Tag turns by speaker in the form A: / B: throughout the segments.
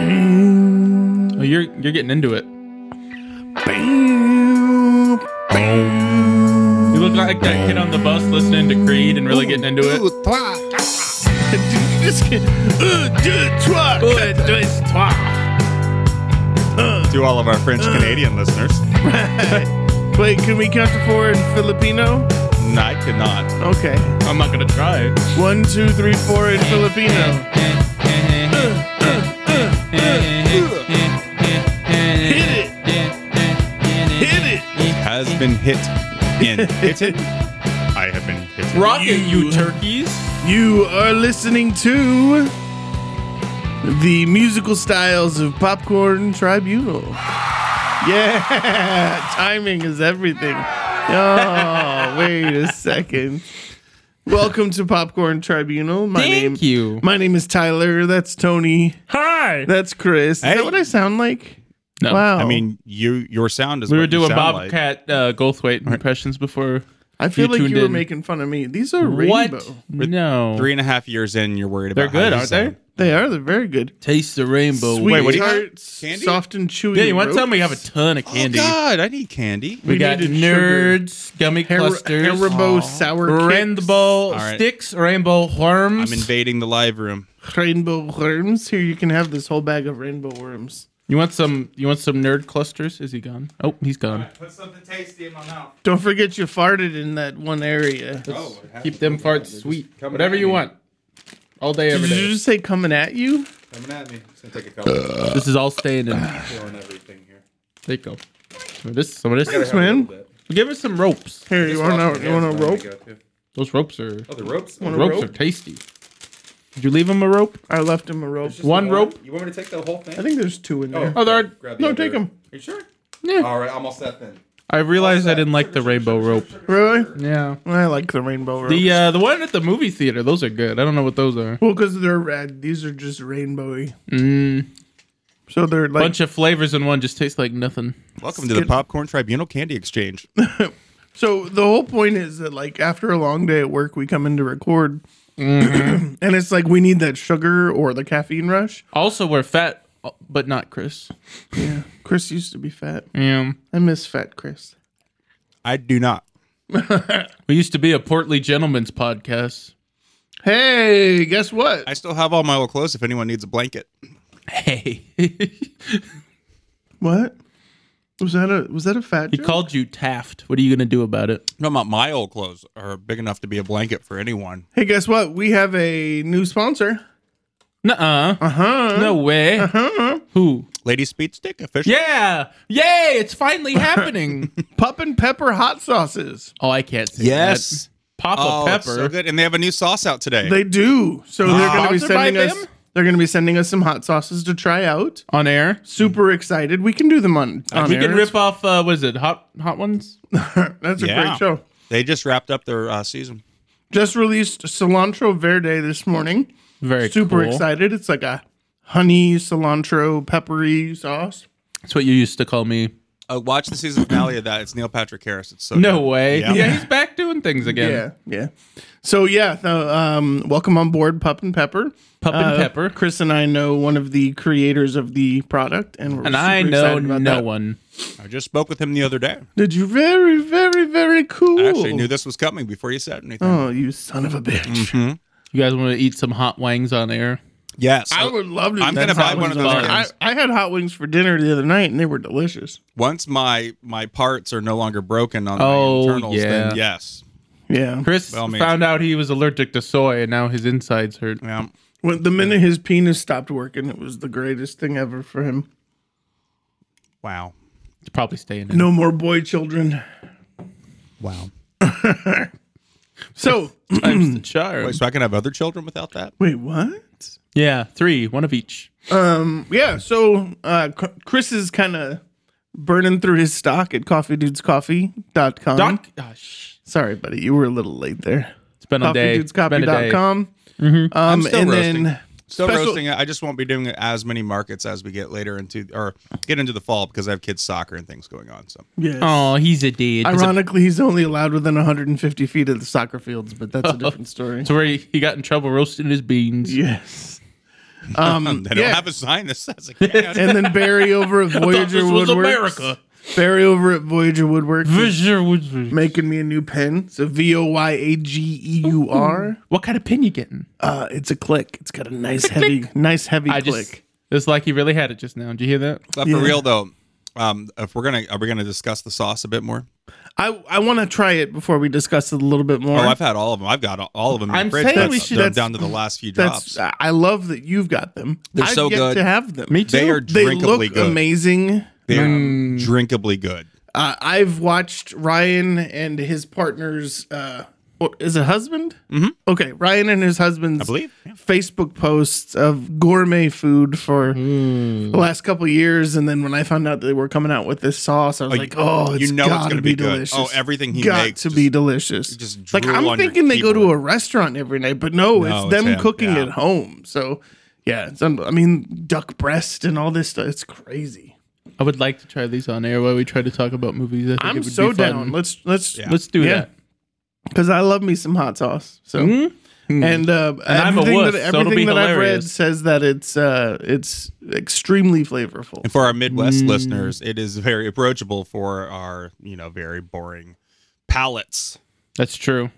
A: Bing,
B: Oh, you're you're getting into it. You
A: bing, bing.
B: look like that kid on the bus listening to Creed and really getting into it.
A: Ooh, trois, quatre. Just kidding. Un, deux, trois, quatre, deux, trois.
C: To all of our French
B: Uh.
C: Canadian listeners,
A: Wait, can we count to four in Filipino?
C: no, I could not.
A: Okay.
B: I'm not gonna try.
A: One, two, three, four in Filipino. Hit it! Hit it!
C: Has been hit in hit it. I have been hit.
B: Rocket, you
A: You-
B: turkeys.
A: You are listening to the musical styles of Popcorn Tribunal. Yeah, timing is everything. Oh, wait a second. Welcome to Popcorn Tribunal. My name,
B: Thank you.
A: My name is Tyler. That's Tony.
D: Hi.
A: That's Chris. Is
C: Hey.
A: that what I sound like?
B: No,
A: Wow.
C: I mean, you your sound
B: Oh.
C: is.
B: we
C: what
B: were
C: you
B: doing
C: sound like.
B: Bobcat uh, Goldthwait impressions before.
A: I feel
B: you
A: like
B: tuned
A: you were
B: in.
A: making fun of me. These are rainbow.
B: What? No,
C: Three and a half years in, you're worried
B: they're
C: about.
B: good, aren't they?
A: They are. They're very good.
B: Taste the rainbow.
A: Sweet
C: what do you got?
A: tarts,
C: Candy?
A: soft and chewy.
B: Yeah, you want to tell me we have a
A: ropes.
B: ton of
C: Candy.
B: candy?
C: Oh God, I need candy.
B: We,
A: We
B: got
A: needed sugar.
B: nerds, gummy
A: Har-
B: clusters,
A: Haribo sour kicks.
B: rainbow
C: right.
B: sticks, rainbow worms.
C: I'm invading the live room.
A: rainbow worms. Here you can have this whole bag of rainbow worms.
B: you want some? You want some nerd clusters? Is he gone? Oh, he's gone.
C: Put something tasty in my mouth.
A: Don't forget you farted in that one area. Did
C: Oh,
B: Keep them farts sweet.
C: coming
B: Whatever
C: at
B: you
C: me.
B: want. All day, every
A: you
B: day.
A: just say coming at you?
C: coming at me. It's gonna take a couple of
B: This is all staying in.
C: everything here.
B: There you go. Some of this, some of
A: Thanks,
B: this.
A: man.
B: Give us some ropes.
A: Here, you want a, you want a rope?
B: Those ropes are
C: Oh, the ropes.
A: Want a
B: ropes
A: rope?
B: are tasty. Did you leave him a rope?
A: I left him a rope.
B: One rope.
C: You want me to take the whole thing?
A: I think there's two in there.
B: Oh, there are.
C: Grab the
A: No,
C: other-
A: take 'em.
C: Are you sure?
B: Yeah.
C: All right, almost that thin.
B: I realized I didn't like the rainbow rope.
A: Really?
B: Yeah.
A: I like the rainbow ropes.
B: The uh, the one at the movie theater. Those are good. I don't know what those are.
A: well, because they're red. These are just rainbowy.
B: Mm,
A: So they're like
B: bunch of flavors in one just tastes like nothing.
C: Welcome to the Popcorn Tribunal Candy Exchange.
A: So the whole point is that like after a long day at work, we come in to record,
B: Mm-hmm.
A: and it's like we need that sugar or the caffeine rush.
B: Also, we're fat, but not Chris.
A: Yeah, Chris used to be fat.
B: Yeah.
A: I miss fat Chris.
C: I do not.
B: We used to be a portly gentleman's podcast.
A: Hey, guess what?
C: I still have all my old clothes if anyone needs a blanket.
B: Hey.
A: what was that? A was that a fat?
B: he
A: joke?
B: called you Taft. What are you gonna do about it?
C: No, not my old clothes are big enough to be a blanket for anyone.
A: Hey, guess what? We have a new sponsor.
B: Nuh-uh.
A: Uh huh.
B: No way. Who?
C: Lady Speed Stick official.
B: Uh-huh. Yeah. Yay! It's finally happening.
A: Pup and pepper hot sauces.
B: oh, I can't say
C: Yes.
B: that. Papa
C: Oh, it's
B: Pepper.
C: so good. And they have a new sauce out today.
A: They do. So they're going to be
B: Sponsored by
A: sending us.
B: them?
A: They're going to be sending us some hot sauces to try out.
B: On air.
A: Super excited. We can do them on. on
B: we
A: air.
B: can rip off uh what is it? Hot hot ones?
A: That's a
C: Yeah.
A: great show.
C: They just wrapped up their uh, season.
A: Just released cilantro verde this morning.
B: Very
A: Super
B: cool.
A: excited. It's like a honey cilantro peppery sauce.
B: That's what you used to call me.
C: Uh, watch the season finale of that. It's Neil Patrick Harris. It's so
B: No
C: good.
B: way.
C: Yeah.
B: Yeah. he's back doing things again.
A: Yeah, yeah. So yeah, the, um, welcome on board, Pup and Pepper.
B: Pup and
A: Uh,
B: Pepper.
A: Chris and I know one of the creators of the product, and we're
B: and I
A: super
B: know
A: excited
B: no
A: about that.
B: one.
C: I just spoke with him the other day.
A: Did you very, very, very cool?
C: I actually knew Mm-hmm. this was coming before you said anything.
A: Oh, you son of a bitch!
B: You guys want to eat some hot wangs on air?
C: Yes.
A: I would love to.
C: I'm
A: do
C: gonna
A: that.
C: buy one of those
B: Hot wings.
A: I, I had hot wings for dinner the other night, and they were delicious.
C: Once my my parts are no longer broken on
B: Oh,
C: my internals,
B: yeah.
C: then yes.
A: Yeah,
B: Chris
C: Well, maybe.
B: found out he was allergic to soy, and now his insides hurt.
C: Yeah.
A: When the minute his penis stopped working, it was the greatest thing ever for him.
C: Wow.
B: It's probably staying in.
A: No more boy children.
C: Wow.
A: So
B: times the charm.
C: Wait, so I can have other children without that?
A: wait, what?
B: Yeah, three, one of each.
A: Um, yeah. So uh, C- Chris is kind of burning through his stock at CoffeeDudesCoffee.com.
B: Doc, ah, sh-
A: Sorry, buddy, you were a little late there.
B: it's been a day. It's been a day.
A: CoffeeDudesCoffee.com. Um,
C: I'm still
A: and
C: roasting.
A: then
C: Still
A: Special-
C: roasting it. I just won't be doing it as many markets as we get later into or get into the fall because I have kids soccer and things going on. So
A: yes.
B: Oh, he's a dude. He's a-
A: Ironically, he's only allowed within 150 feet of the soccer fields, but that's a different story.
B: It's where he, he got in trouble roasting his beans.
A: Yes. Um,
C: They don't
A: yeah.
C: have a sign that says it. Canada.
A: and then Barry over at Voyager
B: this was
A: Woodworks.
B: America.
A: Barry over at Voyager Woodworks is
B: What
A: making me a new pen. It's a V O Y A G E U R.
B: kind of pin you getting?
A: Uh, it's a click. It's got a nice heavy, nice heavy
B: I
A: click.
B: just it's like he really had it just now. Did you hear that?
C: But
A: Yeah.
C: for real though, um, if we're gonna are we gonna discuss the sauce a bit more?
A: I I want to try it before we discuss it a little bit more.
C: Oh, I've had all of them. I've got all of them. In
B: I'm
C: the fridge.
B: saying
C: That's-
B: we should-
C: they're
A: that's-
C: down to the last few
A: That's
C: drops.
A: I I love that you've got them.
C: They're
A: I've
C: so
A: yet
C: good.
A: to have them.
B: Me too.
C: They are
A: They
C: drinkably
A: look
C: good.
A: amazing.
C: They are
A: Mm.
C: drinkably good.
A: Uh, I've watched Ryan and his partner's. Uh, what- is it husband? Mm-hmm. Okay, Ryan and his husband's. I
C: believe, yeah.
A: Facebook posts of gourmet food for
C: Hmm.
A: the last couple years, and then when I found out they were coming out with this sauce, I was
C: Oh,
A: like,
C: you-
A: "Oh,
C: you
A: it's
C: know it's
A: got to
C: gonna
A: be,
C: be good.
A: delicious."
C: Oh, everything he
A: got
C: makes
A: to
C: just-
A: be delicious.
C: just
A: like
C: drool
A: I'm
C: on your
A: thinking they go to a
C: keyboard.
A: restaurant every night, but no, it's
C: No, it's
A: them
C: him,
A: cooking
C: yeah.
A: at home. So yeah, it's un- I mean duck breast and all this stuff. It's crazy.
B: I would like to try these on air while we try to talk about movies. I think it
A: I'm
B: would be
A: so
B: fun.
A: down. Let's let's
C: Yeah.
B: Let's do
A: Yeah.
B: that.
A: because I love me some hot sauce. So and uh,
B: Hmm? I'm a
A: everything
B: wuss,
A: that,
B: so it'll
A: everything
B: be
A: that I've read
B: hilarious.
A: says that it's uh, it's extremely flavorful.
C: And for our Midwest listeners, it is very approachable for our you know very boring palates.
B: That's true.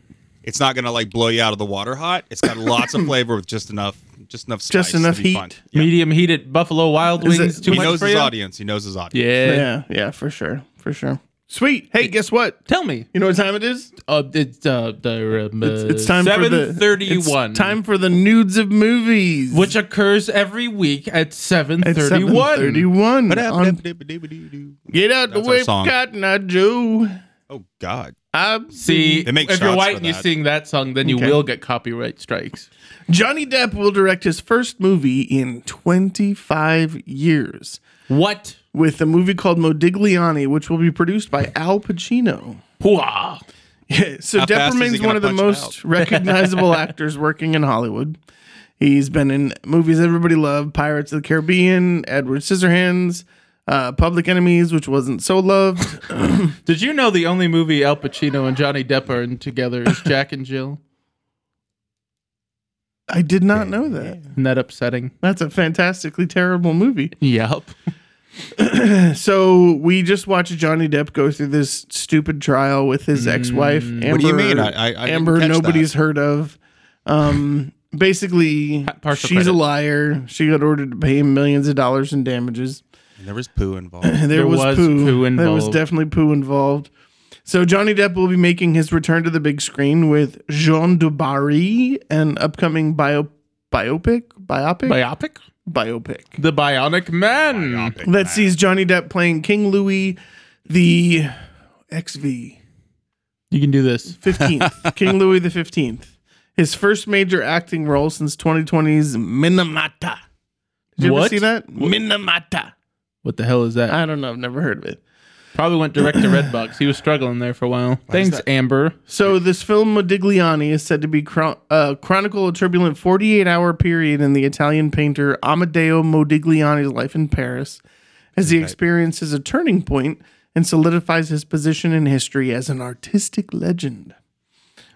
C: It's not gonna like blow you out of the water hot. It's got lots of flavor with just enough, just enough, spice
A: Just enough
C: to be fun.
A: heat.
C: Yeah.
B: Medium heated Buffalo Wild
A: Is it-
B: Wings. too
C: He
B: much
C: knows
B: for
C: his
B: you?
C: audience. He knows his audience.
B: Yeah.
A: Yeah, yeah, for sure, for sure. Sweet. Hey, guess what?
B: Tell me.
A: You know what time it is?
B: Uh, it's, uh, the, um,
A: It's, it's time for the
B: 7:31,
A: it's Time for the nudes of movies,
B: which occurs every week at seven
A: at
B: thirty-one.
A: Thirty-one. on
C: Ba-da-ba-da-ba-da-ba-da-ba-doo.
A: Get out the
C: That's our
A: way,
C: song.
A: Cotton Eye Joe.
C: Oh God!
A: I
B: See,
C: They make
B: if you're
C: shots
B: white
C: for
B: and you
C: that.
B: sing that song, then you
A: Okay.
B: will get copyright strikes.
A: Johnny Depp will direct his first movie in 25 years
B: What?
A: with a movie called Modigliani, which will be produced by Al Pacino.
B: Hoo-ah.
A: Yeah, so
C: How
A: Depp
C: fast is he
A: remains
C: gonna
A: one of the
C: punch him
A: most recognizable actors working in Hollywood. He's been in movies everybody loved Pirates of the Caribbean, Edward Scissorhands, uh, Public Enemies, which wasn't so loved.
B: Did you know the only movie Al Pacino and Johnny Depp are in together is Jack and Jill?
A: I did not know that.
B: Isn't that upsetting?
A: That's a fantastically terrible movie.
B: Yep.
A: So we just watched Johnny Depp go through this stupid trial with his ex-wife Amber.
C: Mm. do you mean? I- I- I didn't
A: Amber,
C: catch
A: nobody's heard of. Um, basically,
B: partial
A: she's
B: credit.
A: a liar. She got ordered to pay him millions of dollars in damages.
C: And there was poo involved.
A: And there,
B: There
A: was,
B: was
A: poo.
B: poo
A: There was
B: involved.
A: definitely poo involved. So Johnny Depp will be making his return to the big screen with Jean de Barry, an upcoming bio biopic biopic
B: Biopic?
A: biopic.
B: The Bionic Man.
A: that sees Johnny Depp playing King Louis the XV
B: You can do this.
A: 15th. King Louis the 15th. His first major acting role since 2020's Minamata. Did you ever
B: What?
A: see that? Minamata.
B: What the hell is that?
A: I don't know. I've never heard of it.
B: Probably went direct to Redbox. He was struggling there for a while. Thanks, Amber.
A: So this film Modigliani is said to be chron- uh, chronicle a turbulent 48-hour period in the Italian painter Amadeo Modigliani's life in Paris, as he experiences a turning point and solidifies his position in history as an artistic legend.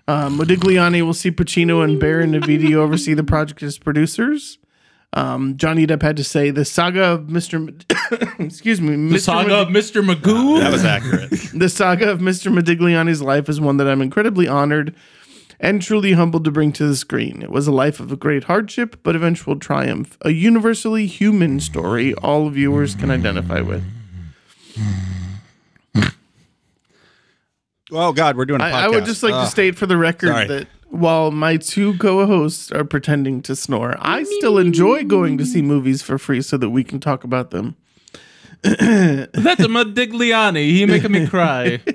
A: Uh, Modigliani will see Pacino and Baron Navidi oversee the project as producers. Um, Johnny Depp had to say the saga of Mr. Mod- excuse me,
B: The
A: Mr.
B: saga of Mr. Magoo.
C: That was accurate.
A: The saga of Mr. Modigliani's life is one that I'm incredibly honored and truly humbled to bring to the screen. It was a life of great hardship, but eventual triumph, a universally human story all viewers can identify with.
C: oh God, we're doing. a podcast.
A: I, I would just like
C: Ugh.
A: to state for the record
C: sorry.
A: that while my two co-hosts are pretending to snore, I still enjoy going to see movies for free so that we can talk about them.
B: That's a Modigliani. He making me cry.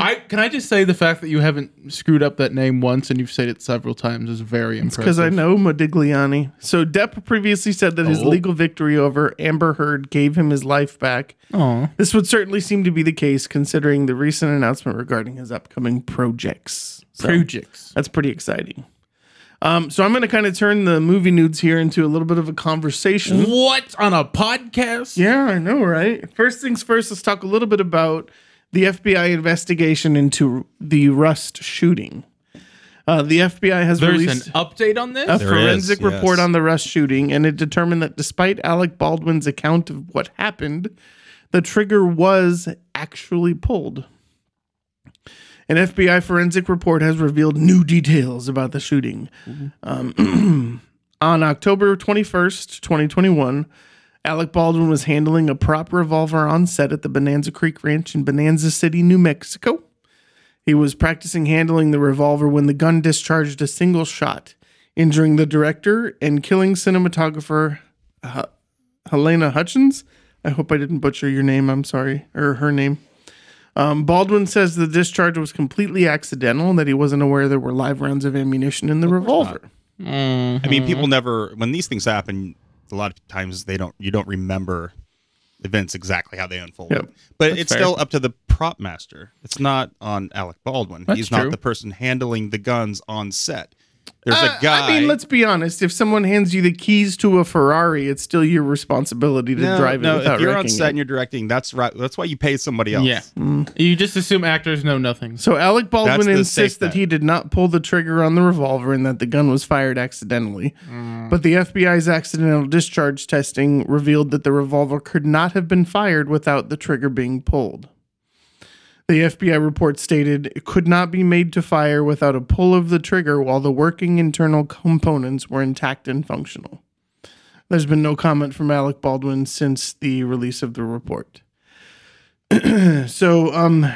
B: I can I just say the fact that you haven't screwed up that name once and you've said it several times is very impressive.
A: Because I know Modigliani. So Depp previously said that his
B: Oh.
A: legal victory over Amber Heard gave him his life back.
B: Aw.
A: This would certainly seem to be the case considering the recent announcement regarding his upcoming projects. So
B: projects.
A: that's pretty exciting. Um, so I'm going to kind of turn the movie nudes here into a little bit of a conversation.
B: What on a podcast?
A: Yeah, I know, right? First things first, let's talk a little bit about the FBI investigation into the Rust shooting. Uh, the FBI has
B: There's
A: released
B: an update on this.
A: a
C: There is,
A: forensic report
C: yes.
A: on the Russ shooting, and it determined that despite Alec Baldwin's account of what happened, the trigger was actually pulled. An FBI forensic report has revealed new details about the shooting. Um, on October 21st, 2021, Alec Baldwin was handling a prop revolver on set at the Bonanza Creek Ranch in Bonanza City, New Mexico. He was practicing handling the revolver when the gun discharged a single shot, injuring the director and killing cinematographer H- Helena Hutchins. I hope I didn't butcher your name. I'm sorry, or her name. Um, Baldwin says the discharge was completely accidental and that he wasn't aware there were live rounds of ammunition in the revolver.
C: I mean,
A: Mm-hmm.
C: people never when these things happen. A lot of times they don't. You don't remember events exactly how they unfolded.
A: Yep.
C: But
B: That's
C: it's
B: fair.
C: still up to the prop master. It's not on Alec Baldwin.
B: That's
C: He's
B: true.
C: not the person handling the guns on set. There's
A: Uh,
C: a guy.
A: I mean, let's be honest. If someone hands you the keys to a Ferrari, it's still your responsibility to
C: no,
A: drive it
C: no,
A: without
C: if you're on
A: wrecking
C: set
A: it.
C: and you're directing, that's right. That's why you pay somebody else. Mm. Um,
B: Yeah. You just assume actors know nothing.
A: So Alec Baldwin
C: the
A: insists
C: safe
A: that
C: bet.
A: he did not pull the trigger on the revolver and that the gun was fired accidentally.
C: Mm.
A: But the FBI's accidental discharge testing revealed that the revolver could not have been fired without the trigger being pulled. The FBI report stated it could not be made to fire without a pull of the trigger while the working internal components were intact and functional. There's been no comment from Alec Baldwin since the release of the report. so, um,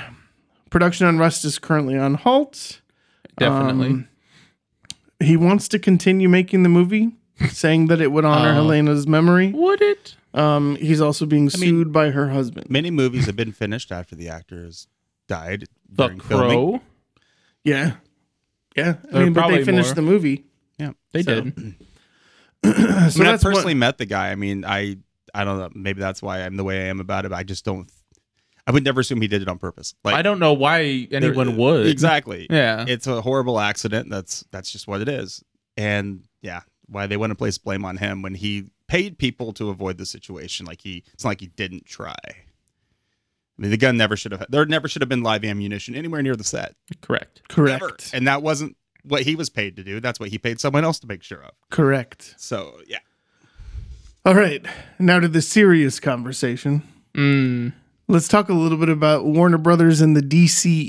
A: production on Rust is currently on halt.
B: Definitely.
A: Um, He wants to continue making the movie, saying that it would honor
B: Oh.
A: Helena's memory.
B: Would it?
A: Um, he's also being sued by her husband.
C: Many movies have been finished after the actor has died.
B: The
C: during
B: Crow.
C: filming.
A: Yeah, yeah. I
B: There are
A: mean, but they
B: probably
A: finished
B: more.
A: the movie.
C: Yeah.
B: They
A: So-
B: did.
A: So
C: I mean, I
A: that's one-
C: personally met the guy. I mean, I I don't know. Maybe that's why I'm the way I am about it. But I just don't. I would never assume he did it on purpose. Like
B: I don't know why
C: there-
B: anyone would.
C: exactly.
B: Yeah.
C: It's a horrible accident. That's that's just what it is. And yeah, why they want to place blame on him when he paid people to avoid the situation. Like he, it's not like he didn't try. I mean, the gun never should have. There never should have been live ammunition anywhere near the set.
B: Correct.
A: correct,
C: Ever. And that wasn't what he was paid to do. That's what he paid someone else to make sure of.
A: correct.
C: So yeah.
A: All right, now to the serious conversation.
B: Mm.
A: Let's talk a little bit about Warner Brothers and the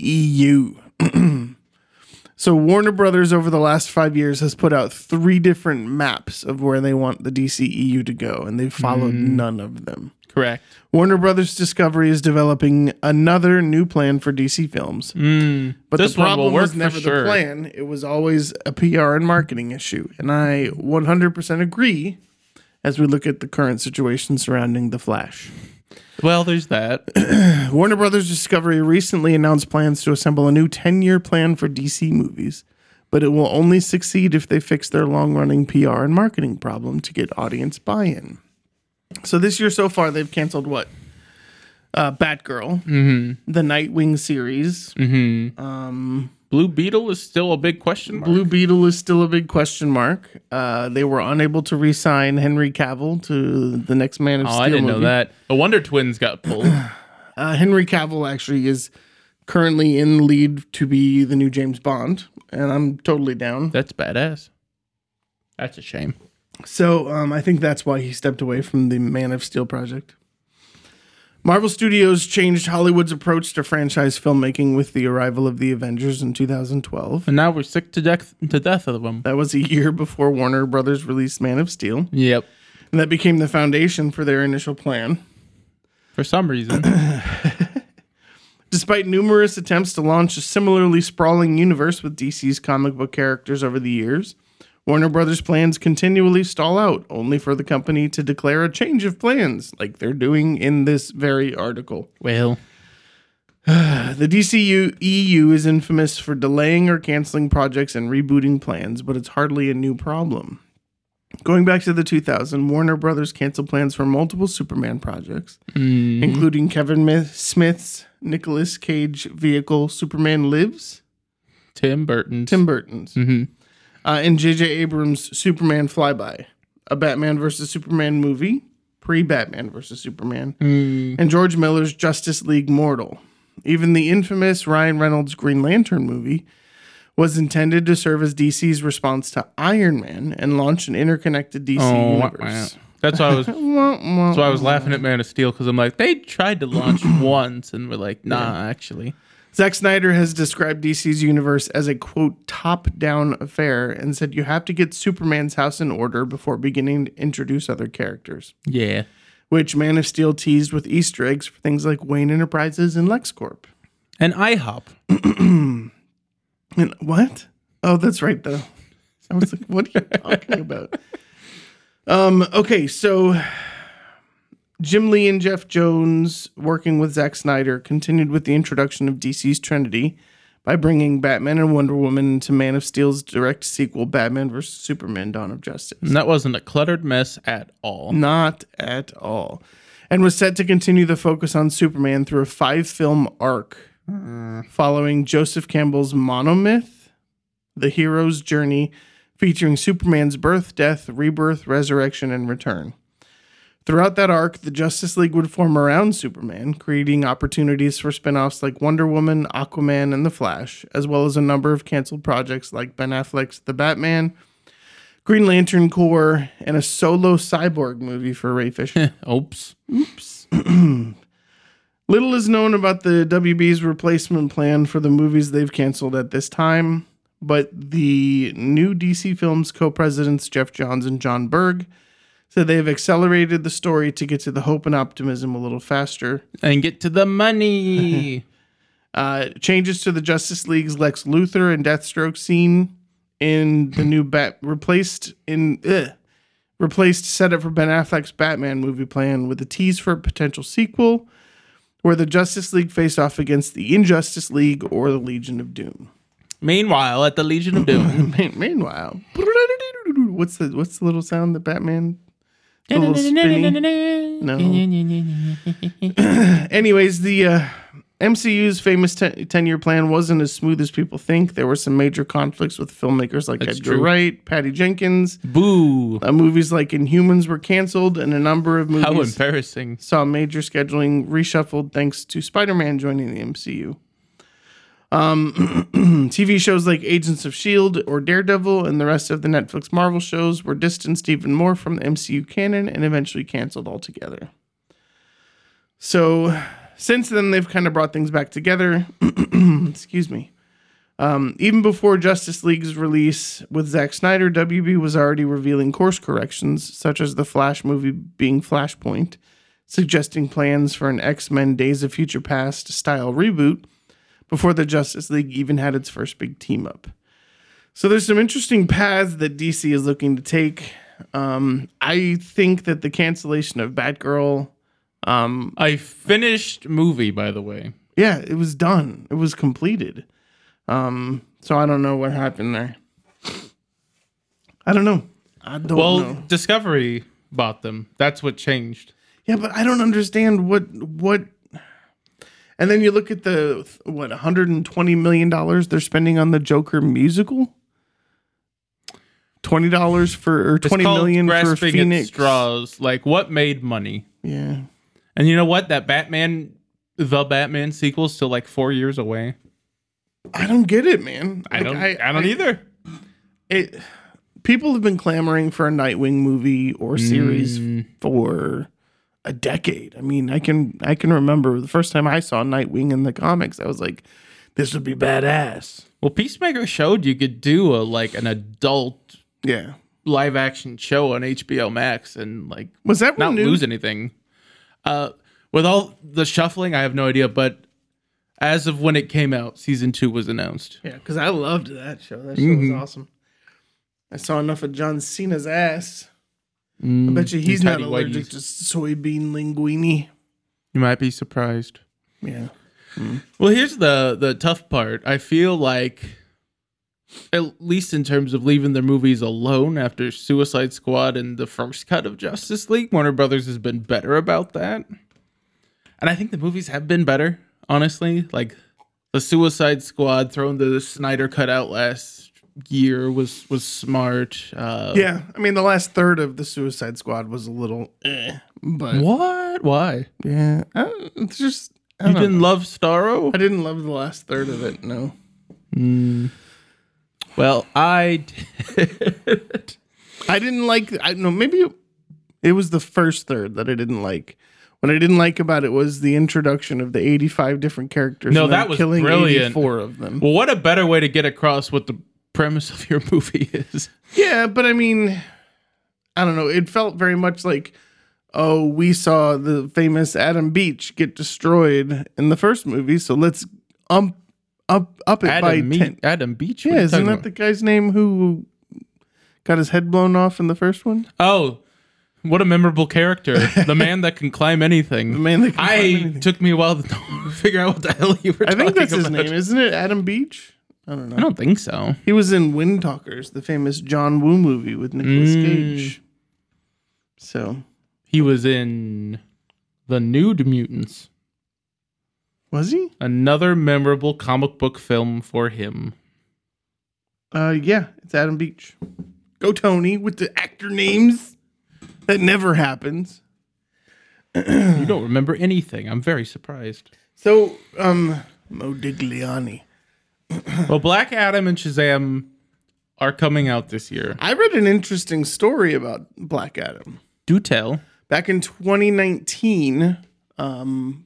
A: DCEU. so, Warner Brothers over the last five years has put out three different maps of where they want the DCEU to go, and they've followed
B: Mm.
A: none of them.
B: Correct.
A: Warner Brothers Discovery is developing another new plan for DC films.
B: Mm.
A: But
B: this
A: the problem
B: one will work
A: was never
B: for sure.
A: the plan. It was always a PR and marketing issue. And I 100% agree as we look at the current situation surrounding The Flash.
B: Well, there's that.
A: Warner Brothers Discovery recently announced plans to assemble a new 10 year plan for DC movies, but it will only succeed if they fix their long running PR and marketing problem to get audience buy in. So, this year so far, they've canceled what? Uh, Batgirl,
B: Mm-hmm.
A: the Nightwing series.
B: Blue Beetle is still a big question mark.
A: Blue Beetle is still a big question mark. Uh, they were unable to re sign Henry Cavill to the next Man of
B: oh,
A: Steel.
B: I didn't know
A: movie.
B: that. The Wonder Twins got pulled.
A: Uh, Henry Cavill actually is currently in the lead to be the new James Bond, and I'm totally down.
B: That's badass. That's a shame.
A: So um, I think that's why he stepped away from the Man of Steel project. Marvel Studios changed Hollywood's approach to franchise filmmaking with the arrival of the Avengers in 2012.
B: And now we're sick to death to death of them.
A: That was a year before Warner Brothers released Man of Steel,
B: Yep.
A: and that became the foundation for their initial plan.
B: For some reason.
A: Despite numerous attempts to launch a similarly sprawling universe with DC's comic book characters over the years, Warner Brothers' plans continually stall out, only for the company to declare a change of plans, like they're doing in this very article.
B: well.
A: The DCU EU E is infamous for delaying or canceling projects and rebooting plans, but it's hardly a new problem. Going back to the 2000, Warner Brothers canceled plans for multiple Superman projects, including Kevin Myth- Smith's Nicolas Cage vehicle Superman Lives,
B: Tim Burton.
A: Tim Burton's,
B: Mm-hmm.
A: uh, and J.J. Abrams' Superman Flyby, a Batman vs. Superman movie, pre Batman vs. Superman,
B: Mm.
A: and George Miller's Justice League Mortal. Even the infamous Ryan Reynolds Green Lantern movie was intended to serve as DC's response to Iron Man and launch an interconnected DC
B: Oh, wah, wah.
A: universe.
B: that's why I was.
A: Wah, wah,
B: So I was
A: wah.
B: laughing at Man of Steel because I'm like, they tried to launch once and we're like, nah, actually.
A: Zack Snyder has described DC's universe as a quote top down affair and said you have to get Superman's house in order before beginning to introduce other characters,
B: Yeah.
A: which Man of Steel teased with Easter eggs for things like Wayne Enterprises and LexCorp.
B: And IHOP.
A: And what? Oh, that's right though. I was like, what are you talking about? Um, okay, so Jim Lee and Jeff Jones working with Zack Snyder continued with the introduction of DC's Trinity by bringing Batman and Wonder Woman to Man of Steel's direct sequel Batman vs Superman Dawn of Justice.
B: And that wasn't a cluttered mess at all.
A: Not at all. And was set to continue the focus on Superman through a five film arc following Joseph Campbell's monomyth, The Hero's Journey, featuring Superman's birth, death, rebirth, resurrection, and return. Throughout that arc, the Justice League would form around Superman, creating opportunities for spin offs like Wonder Woman, Aquaman, and The Flash, as well as a number of canceled projects like Ben Affleck's The Batman, Green Lantern Corps, and a solo cyborg movie for Ray Fisher.
B: Oops.
A: Little is known about the WB's replacement plan for the movies they've canceled at this time, but the new DC Films co presidents Jeff Johns and John Berg said they have accelerated the story to get to the hope and optimism a little faster.
B: And get to the money.
A: Uh, changes to the Justice League's Lex Luthor and Deathstroke scene in the new Bat replaced in ugh, replaced setup for Ben Affleck's Batman movie plan with a tease for a potential sequel where the Justice League faced off against the Injustice League or the Legion of Doom.
B: Meanwhile, at the Legion of Doom.
A: Man- Meanwhile, what's the what's the little sound that Batman? the little spinny- Anyways, the uh, MCU's famous 10 year plan wasn't as smooth as people think. There were some major conflicts with filmmakers like
B: That's
A: Edgar
B: true.
A: Wright, Patty Jenkins.
B: Boo.
A: Uh, movies like Inhumans were canceled, and a number of
B: How
A: movies
B: embarrassing.
A: saw major scheduling reshuffled thanks to Spider Man joining the MCU. Um, TV shows like Agents of S.H.I.E.L.D. E or Daredevil and the rest of the Netflix Marvel shows were distanced even more from the MCU canon and eventually canceled altogether. So, since then, they've kind of brought things back together. Excuse me. Um, even before Justice League's release with Zack Snyder, WB was already revealing course corrections, such as the Flash movie being Flashpoint, suggesting plans for an X Men Days of Future Past style reboot before the Justice League even had its first big team up. So there's some interesting paths that DC is looking to take. Um, I think that the cancellation of Batgirl, um,
B: I finished movie, by the way.
A: yeah, it was done, it was completed. Um, so I don't know what happened there. I don't know. I don't
B: Well,
A: know.
B: Discovery bought them. That's what changed.
A: Yeah, but I don't understand what what. And then you look at the what 120 million dollars they're spending on the Joker musical. Twenty dollars for or
B: It's
A: twenty
B: called
A: million for
B: grasping at
A: Phoenix.
B: straws. Like what made money?
A: Yeah,
B: And you know what? That Batman, the Batman sequel's still like four years away.
A: I don't get it, man.
B: I
A: Like,
B: don't. I, don't either.
A: It, people have been clamoring for a Nightwing movie or series for a decade. I mean, I can I can remember the first time I saw Nightwing in the comics. I was like, this would be badass.
B: Well, Peacemaker showed you could do a like an adult
A: Yeah.
B: live action show on HBO Max and like
A: Was that
B: not
A: one new?
B: lose anything. Uh, with all the shuffling, I have no idea. But as of when it came out, season two was announced.
A: Yeah, because I loved that show. That show was awesome. I saw enough of John Cena's ass. I bet you he's not
B: tidy
A: allergic
B: whities.
A: to soybean linguine.
B: You might be surprised.
A: Yeah.
B: Well, here's the the tough part. I feel like at least in terms of leaving their movies alone after Suicide Squad and the first cut of Justice League, Warner Brothers has been better about that. And I think the movies have been better, honestly. Like the Suicide Squad throwing the Snyder cut out last year was was smart. Uh
A: Yeah. I mean, the last third of the Suicide Squad was a little, eh, but
B: What? Why?
A: yeah, I don't- it's just I don't
B: You
A: know.
B: didn't love Starro?
A: I didn't love the last third of it. No.
B: Well, I did.
A: I didn't like. I no, maybe it was the first third that I didn't like. What I didn't like about it was the introduction of the eighty-five different characters.
B: No,
A: and then
B: that was brilliant.
A: Eighty-four of them.
B: well, what a better way to get across what the premise of your movie is.
A: Yeah, but I mean, I don't know. It felt very much like, oh, we saw the famous Adam Beach get destroyed in the first movie, so let's um up up it by
B: Adam, Me-
A: ten.
B: Adam Beach. What are
A: Yeah,
B: you
A: isn't
B: talking
A: that
B: about?
A: the guy's name who got his head blown off in the first one?
B: Oh, what a memorable character. The man that can climb anything.
A: The man that can
B: I
A: climb anything.
B: took me a while to figure out what the hell you were
A: I think
B: talking
A: that's his
B: about.
A: name, isn't it? Adam Beach. I don't
B: I
A: know.
B: don't think so.
A: He was in Wind Talkers, the famous John Woo movie with Nicolas
B: Mm.
A: Cage. So
B: He was in The Nude Mutants,
A: was he?
B: another memorable comic book film for him.
A: Uh, yeah, it's Adam Beach. Go Tony with the actor names. That never happens.
B: You don't remember anything. I'm very surprised.
A: So, um, Modigliani.
B: Well, Black Adam and Shazam are coming out this year.
A: I read an interesting story about Black Adam.
B: Do tell.
A: Back in 2019, um,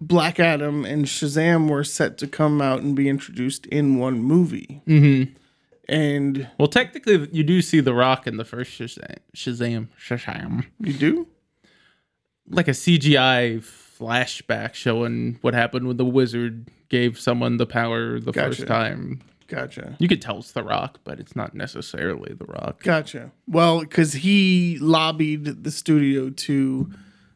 A: Black Adam and Shazam were set to come out and be introduced in one movie.
B: Mm-hmm.
A: And
B: Well, technically, you do see The Rock in the first Shazam. Shazam. Shazam.
A: you do?
B: like a CGI flashback showing what happened when the wizard gave someone the power the
A: Gotcha.
B: first time.
A: Gotcha.
B: You could tell it's The Rock, but it's not necessarily The Rock.
A: Gotcha. Well, because he lobbied the studio to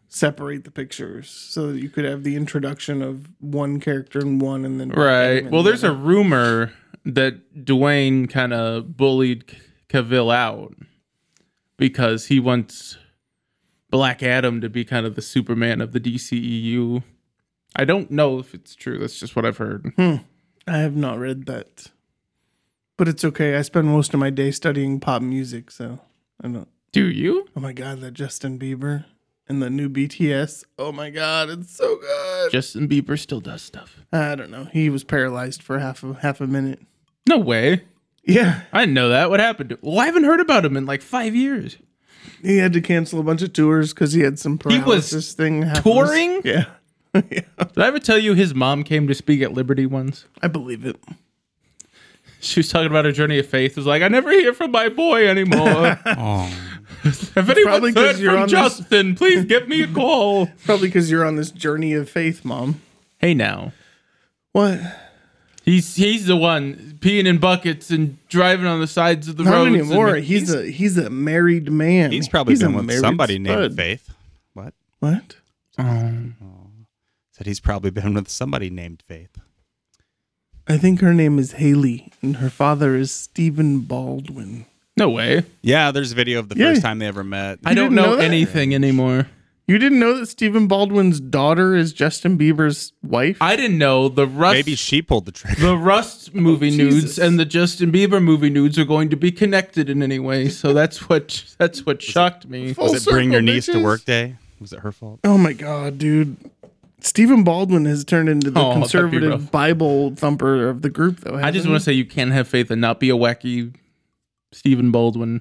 A: separate the pictures so that you could have the introduction of one character in one and then
B: Right.
A: and
B: Well,
A: the
B: there's a
A: other.
B: rumor that Dwayne kind of bullied C- Cavill out because he wants Black Adam to be kind of the Superman of the DCEU. I don't know if it's true. That's just what I've heard.
A: I have not read that, but it's okay. I spend most of my day studying pop music, so I don't.
B: Do you?
A: Oh my god, that Justin Bieber and the new BTS. Oh my god, it's so good.
B: Justin Bieber still does stuff.
A: I don't know. He was paralyzed for half a half a minute.
B: No way.
A: Yeah,
B: I didn't know that. What happened? to- Well, I haven't heard about him in like five years.
A: he had to cancel a bunch of tours because he had some
B: was
A: paralysis thing happen.
B: touring?
A: Yeah. yeah,
B: Did I ever tell you his mom came to speak at Liberty once?
A: I believe it.
B: She was talking about her journey of faith. It was like, I never hear from my boy anymore.
C: Oh,
B: if
A: probably
B: anyone's
A: 'cause
B: heard
A: you're on
B: from
A: this-
B: Justin, please give me a call.
A: Probably because you're on this journey of faith, mom.
B: Hey, now
A: What?
B: he's he's the one peeing in buckets and driving on the sides of the
A: Not
B: road.
A: anymore. He's, a he's a married man.
C: he's probably
A: a
C: been with
A: married
C: somebody named
A: spud.
C: Faith. What?
A: What?
C: Said he's probably been with somebody named Faith.
A: I think her name is Haley, and her father is Stephen Baldwin.
B: no way.
C: Yeah, there's a video of the
A: Yeah.
C: first time they ever met.
B: I don't
A: didn't know
B: know,
A: that?
B: anything anymore.
A: You didn't know that Stephen Baldwin's daughter is Justin Bieber's wife?
B: I didn't know the Rust.
C: Maybe she pulled the trigger.
B: the Rust movie
A: Oh, Jesus.
B: nudes and the Justin Bieber movie nudes are going to be connected in any way. So that's what that's what shocked me.
A: Full
C: Was it bring
A: circle,
C: your niece to
A: bitches.
C: work day? Was it her fault?
A: Oh my god, dude. Stephen Baldwin has turned into the
B: Oh, that'd be
A: conservative
B: rough.
A: Bible thumper of the group, though.
B: I just want to say you can have faith and not be a wacky Stephen Baldwin.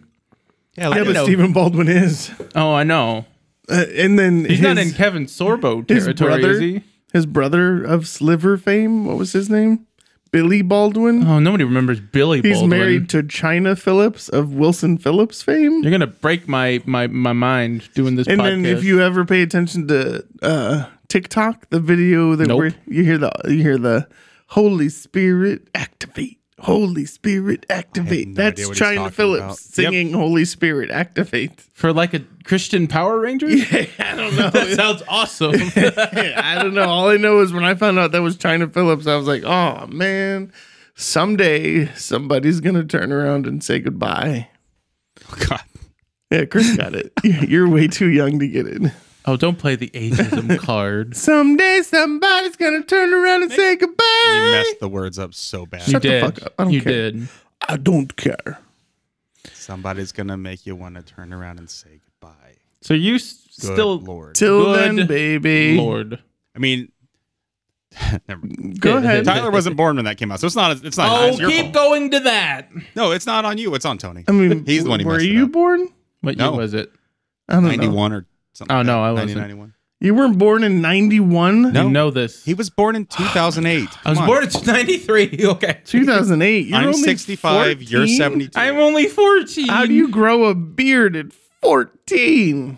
A: Yeah, but
B: know.
A: Stephen Baldwin is.
B: Oh, I know.
A: Uh, and then
B: He's
A: his,
B: not in Kevin Sorbo
A: his
B: territory,
A: brother-
B: is he?
A: his brother of Sliver fame. What was his name? Billy Baldwin.
B: Oh, nobody remembers Billy
A: He's
B: Baldwin.
A: married to China Phillips of Wilson Phillips fame.
B: You're gonna break my my my mind doing this
A: And
B: podcast.
A: then if you ever pay attention to uh, TikTok, the video that
B: Nope.
A: we're, you hear the you hear the Holy Spirit activate. Holy Spirit activate.
C: no idea
A: That's
C: what he's
A: China
C: talking
A: Phillips
C: about. Yep.
A: singing Holy Spirit activate.
B: For like a Christian Power Ranger?
A: I don't know.
B: That sounds awesome.
A: I don't know. All I know is when I found out that was China Phillips, I was like, oh man, someday somebody's gonna turn around and say goodbye.
C: Oh, God.
A: Yeah, Chris got it. You're way too young to get it.
B: oh, don't play the ageism card.
A: Someday somebody's gonna turn around and say
C: You
A: goodbye.
C: messed the words up so bad.
B: You
A: Shut the
B: did.
A: fuck up. I don't
B: you
A: care.
B: did.
A: I don't care.
C: Somebody's gonna make you want to turn around and say goodbye.
B: So you s-
C: Good
B: still
C: Lord.
A: Till
B: Good
A: then, baby.
B: Lord.
C: I mean, Never mind.
A: Go ahead.
C: Tyler wasn't born when that came out, so it's not. It's not.
B: Oh,
C: it's your
B: keep
C: fault.
B: going to that.
C: No, it's not on you. It's on Tony.
A: I mean,
C: He's the one who
A: Were
C: messed it
A: you
C: up.
A: born?
B: What
C: No.
B: year was it?
A: I don't
C: Ninety
A: know.
C: one or something.
B: Oh,
C: like
B: no,
C: that.
B: I wasn't.
C: 1991.
A: You weren't born in ninety one.
C: No.
B: You know this.
C: He was born in two thousand eight.
B: I was born in 93. Okay.
A: Two thousand eight. You're
C: I'm
A: only
C: sixty five. You're
A: 14?
C: seventy two.
B: I'm only 14.
A: How do you grow a beard at fourteen?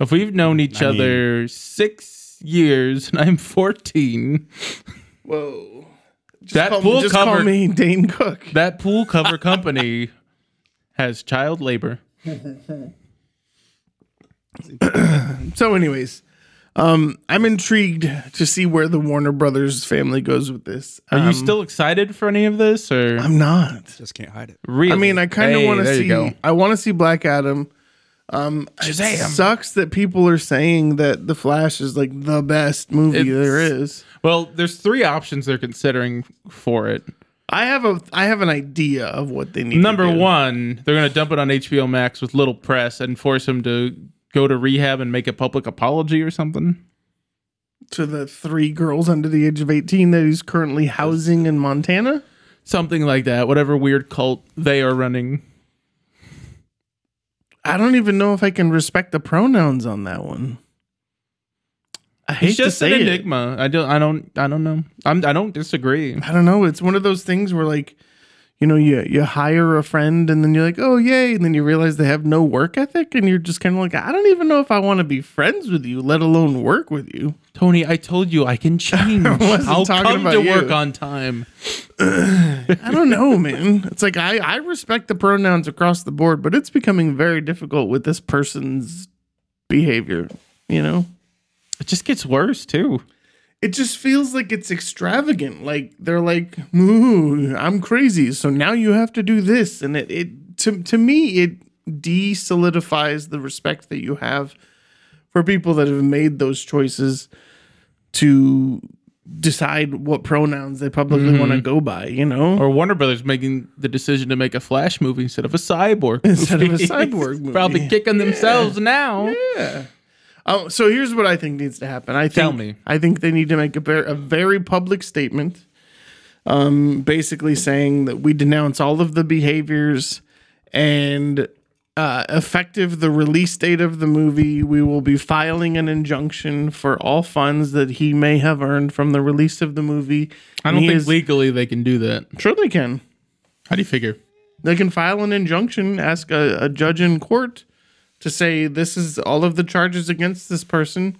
B: If we've known each
C: I mean-
B: other six years and I'm 14,
A: Whoa. Just
B: That
A: call,
B: pool
A: just call
B: cover-
A: me Dane Cook.
B: that pool cover company has child labor.
A: So, anyways, um, I'm intrigued to see where the Warner Brothers family goes with this.
B: Are
A: Um,
B: you still excited for any of this or
A: I'm not.
C: Just can't hide it.
B: really?
A: I mean, I kind of
B: Hey,
A: want to
B: there you
A: see.
B: go.
A: I want to see Black Adam. Um, it
B: Shazam.
A: sucks that people are saying that The Flash is like the best movie
B: It's-
A: there is.
B: Well, there's three options they're considering for it.
A: I have a I have an idea of what they need.
B: Number
A: to do.
B: one, they're going to dump it on HBO Max with little press and force him to go to rehab and make a public apology or something.
A: to the three girls under the age of eighteen that he's currently housing in Montana.
B: Something like that. Whatever weird cult they are running.
A: I don't even know if I can respect the pronouns on that one. I hate
B: It's just
A: to
B: an
A: say it.
B: enigma. I don't. I don't. I don't know. I'm. I don't disagree.
A: I don't know. It's one of those things where like, you know, you you hire a friend and then you're like, oh yay, and then you realize they have no work ethic, and you're just kind of like, I don't even know if I want to be friends with you, let alone work with you.
B: Tony, I told you I can change.
A: wasn't
B: I'll
A: talking
B: come
A: about
B: to
A: you.
B: work on time.
A: I don't know, man. It's like I I respect the pronouns across the board, but it's becoming very difficult with this person's behavior. You know,
B: It just gets worse too.
A: it just feels like it's extravagant. Like they're like, "Ooh, I'm crazy, so now you have to do this," and it it to to me it de solidifies the respect that you have for people that have made those choices to decide what pronouns they publicly want to go by. You know,
B: Or Warner Brothers making the decision to make a Flash movie instead of a cyborg
A: Instead of a
B: movie.
A: cyborg movie.
B: Probably kicking themselves now.
A: Oh, so here's what I think needs to happen. I think,
B: Tell me.
A: I think they need to make a, ver- a very public statement, um, basically saying that we denounce all of the behaviors and uh, effective the release date of the movie. We will be filing an injunction for all funds that he may have earned from the release of the movie.
B: I
A: And
B: don't
A: he
B: think
A: is-
B: legally they can do that.
A: sure they can.
B: How do you figure?
A: They can file an injunction, ask a, a judge in court to say this is all of the charges against this person.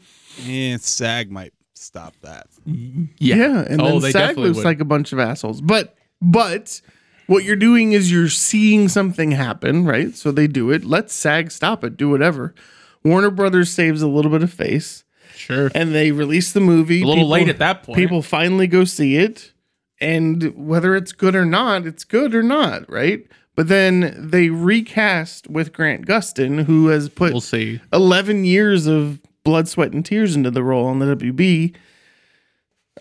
C: Eh, SAG might stop that.
B: Yeah.
A: Yeah, and
B: oh,
A: then
B: they
A: SAG
B: definitely
A: looks
B: would.
A: like a bunch of assholes. But but what you're doing is you're seeing something happen, right? So they do it. Let SAG stop it. Do whatever. Warner Brothers saves a little bit of face,
B: sure.
A: and they release the movie.
B: A little late at that point.
A: People finally go see it, and whether it's good or not, it's good or not, right? But then they recast with Grant Gustin, who has put
B: We'll see.
A: 11 years of blood, sweat, and tears into the role on the WB.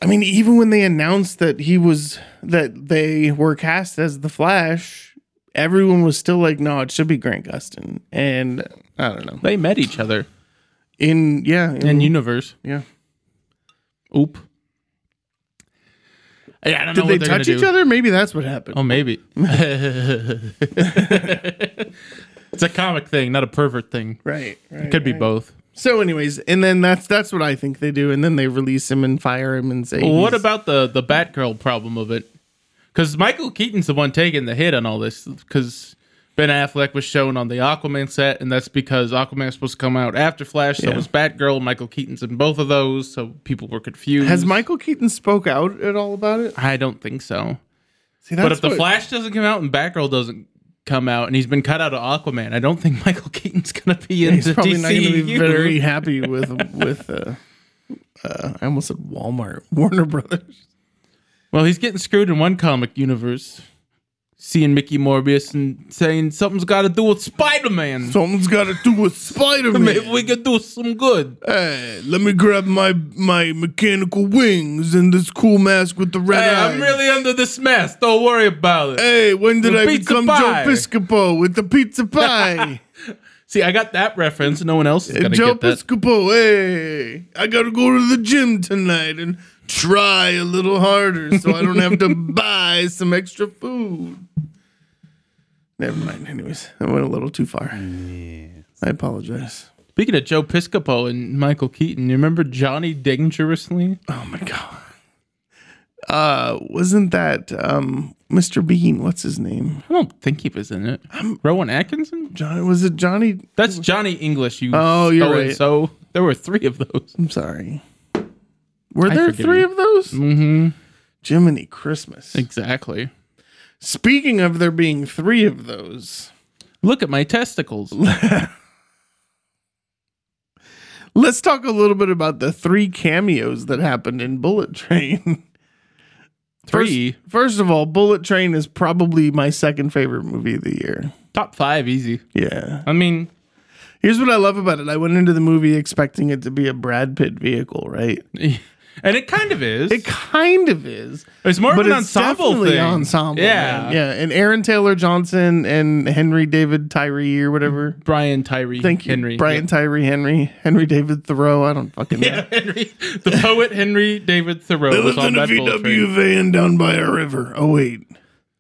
A: I mean, even when they announced that he was, that they were cast as The Flash, everyone was still like, no, it should be Grant Gustin. And I don't know.
B: They met each other
A: In, yeah. In,
B: in universe.
A: yeah.
B: Oop. Yeah, I don't know
A: Did
B: what
A: they
B: they're gonna
A: touch each
B: do.
A: other? Maybe that's what happened.
B: Oh, maybe. it's a comic thing, not a pervert thing.
A: Right, right.
B: Could be both.
A: So, anyways, and then that's that's what I think they do, and then they release him and fire him and say,
B: what
A: he's-
B: about the the Batgirl problem of it? Because Michael Keaton's the one taking the hit on all this. Because Ben Affleck was shown on the Aquaman set, and that's because Aquaman's supposed to come out after Flash. So
A: Yeah.
B: was Batgirl. Michael Keaton's in both of those, so people were confused.
A: Has Michael Keaton spoke out at all about it?
B: I don't think so.
A: See,
B: but if the
A: what-
B: Flash doesn't come out and Batgirl doesn't come out, and he's been cut out of Aquaman, I don't think Michael Keaton's gonna be in
A: he's
B: the
A: probably
B: DCU.
A: not going to be very happy with with. Uh, uh, I almost said Walmart, Warner Brothers.
B: Well, he's getting screwed in one comic universe. Seeing Mickey Morbius and saying something's got to do with Spider Man.
A: Something's got to do with Spider
B: Maybe we could do some good.
A: Hey, let me grab my my mechanical wings and this cool mask with the red
B: Hey,
A: eyes.
B: I'm really under this mess. Don't worry about it.
A: Hey, when did
B: The
A: I
B: pizza
A: become
B: pie.
A: Joe Piscopo with the pizza pie?
B: See, I got that reference. No one else is
A: Hey,
B: gonna
A: Joe
B: get that.
A: Piscopo, hey, I gotta go to the gym tonight and try a little harder so I don't have to buy some extra food. Never mind. Anyways, I went a little too far. I apologize.
B: Speaking of Joe Piscopo and Michael Keaton, you remember Johnny Dangerously?
A: Oh my god. Uh, wasn't that um Mr. Bean? What's his name?
B: I don't think he was in it. Rowan Atkinson?
A: John? Was it Johnny?
B: That's Johnny English. You
A: Oh, you're
B: so-and-so.
A: right.
B: So there were three of those.
A: I'm sorry. Were
B: I
A: there
B: forgive
A: three
B: you.
A: of those?
B: Mm-hmm.
A: Jiminy Christmas.
B: Exactly.
A: Speaking of there being three of those,
B: Look at my testicles.
A: let's talk a little bit about the three cameos that happened in Bullet Train. First-
B: Three.
A: first of all, Bullet Train is probably my second favorite movie of the year.
B: Top five, easy.
A: Yeah.
B: I mean,
A: Here's what I love about it. I went into the movie expecting it to be a Brad Pitt vehicle, right?
B: and it kind of is.
A: It kind of is,
B: it's more
A: but
B: of an
A: it's
B: ensemble
A: definitely
B: thing.
A: ensemble.
B: Yeah.
A: man. yeah. And Aaron Taylor Johnson and Henry David Tyree or whatever.
B: Brian Tyree.
A: Thank you,
B: Mhm. Henry.
A: Brian Tyree Henry, Henry David Thoreau. I don't fucking know.
B: Yeah, Henry. The poet Henry David Thoreau was on that bullet train.
A: van down by a river. Oh wait,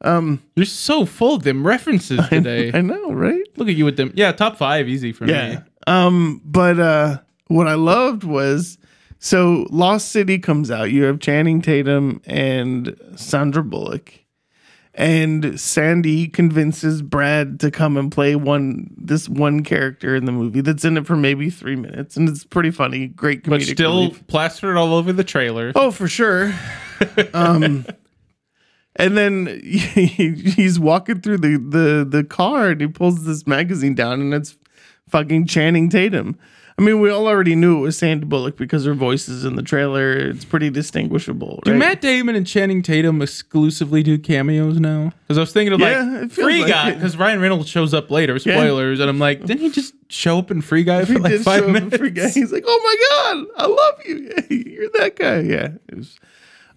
B: You're so full of them references today.
A: I know, right?
B: Look at you with them. Yeah, top five, easy for me.
A: Yeah. Um, but uh what I loved was so Lost City comes out. You have Channing Tatum and Sandra Bullock. And Sandy convinces Brad to come and play one this one character in the movie that's in it for maybe three minutes, and it's pretty funny, great comedic
B: But still
A: relief.
B: plastered all over the trailer.
A: Oh, for sure. um, and then he- he's walking through the, the the car and he pulls this magazine down and it's fucking Channing Tatum. I mean, we all already knew it was Sandy Bullock because her voice is in the trailer. It's pretty distinguishable.
B: Do
A: right?
B: Matt Damon and Channing Tatum exclusively do cameos now? Because I was thinking of
A: Yeah, it
B: like
A: feels
B: Free
A: like
B: Guy,
A: it.
B: because Ryan Reynolds shows up later,
A: Yeah.
B: spoilers, and I'm like, didn't he just show up in Free Guy for
A: He
B: like
A: did
B: five
A: show up in
B: minutes?
A: Free Guy. He's like, "Oh my god, I love you. You're that guy." Yeah. It was-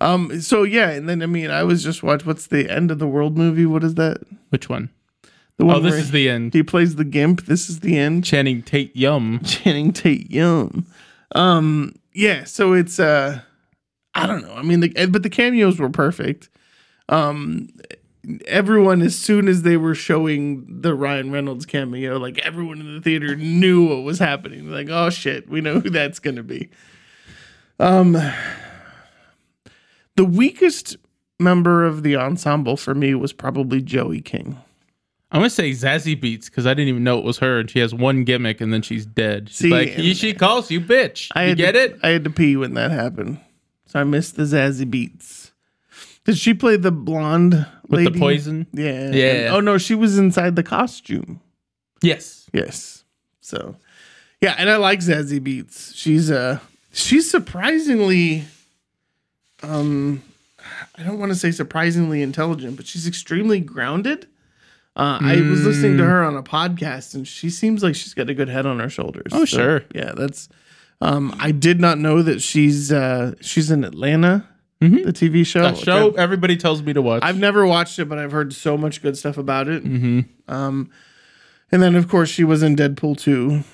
A: um. So yeah, and then I mean, I was just watch what's the end of the world movie? What is that?
B: Which one?
A: The
B: Oh, this
A: where
B: is the end.
A: he plays the gimp. This is the end.
B: Channing Tate Yum.
A: Channing Tate Young. Um, yeah, so it's uh I don't know. I mean, the, but the cameos were perfect. Um everyone as soon as they were showing the Ryan Reynolds cameo, like everyone in the theater knew what was happening. Like, oh shit, we know who that's going to be. Um the weakest member of the ensemble for me was probably Joey King.
B: I'm gonna say Zazie Beats because I didn't even know it was her, and she has one gimmick, and then she's dead. She's
A: See,
B: like,
A: and-
B: "You- she calls you bitch.
A: I
B: you
A: had
B: get
A: to,
B: it?
A: I had to pee when that happened, so I missed the Zazzy beats. Did she play the blonde
B: With
A: lady?
B: the poison?
A: Yeah.
B: Yeah.
A: And- oh no, she was inside the costume.
B: Yes.
A: Yes. So, yeah, and I like Zazzy Beats. She's uh she's surprisingly, um, I don't want to say surprisingly intelligent, but she's extremely grounded. Uh, I was listening to her on a podcast, and she seems like she's got a good head on her shoulders.
B: Oh, sure.
A: Yeah, that's. Um, I did not know that she's uh she's in Atlanta, the TV show.
B: A Mm-hmm. show everybody tells me to watch.
A: I've never watched it, but I've heard so much good stuff about it. Mm-hmm. Um, and then of course she was in Deadpool two.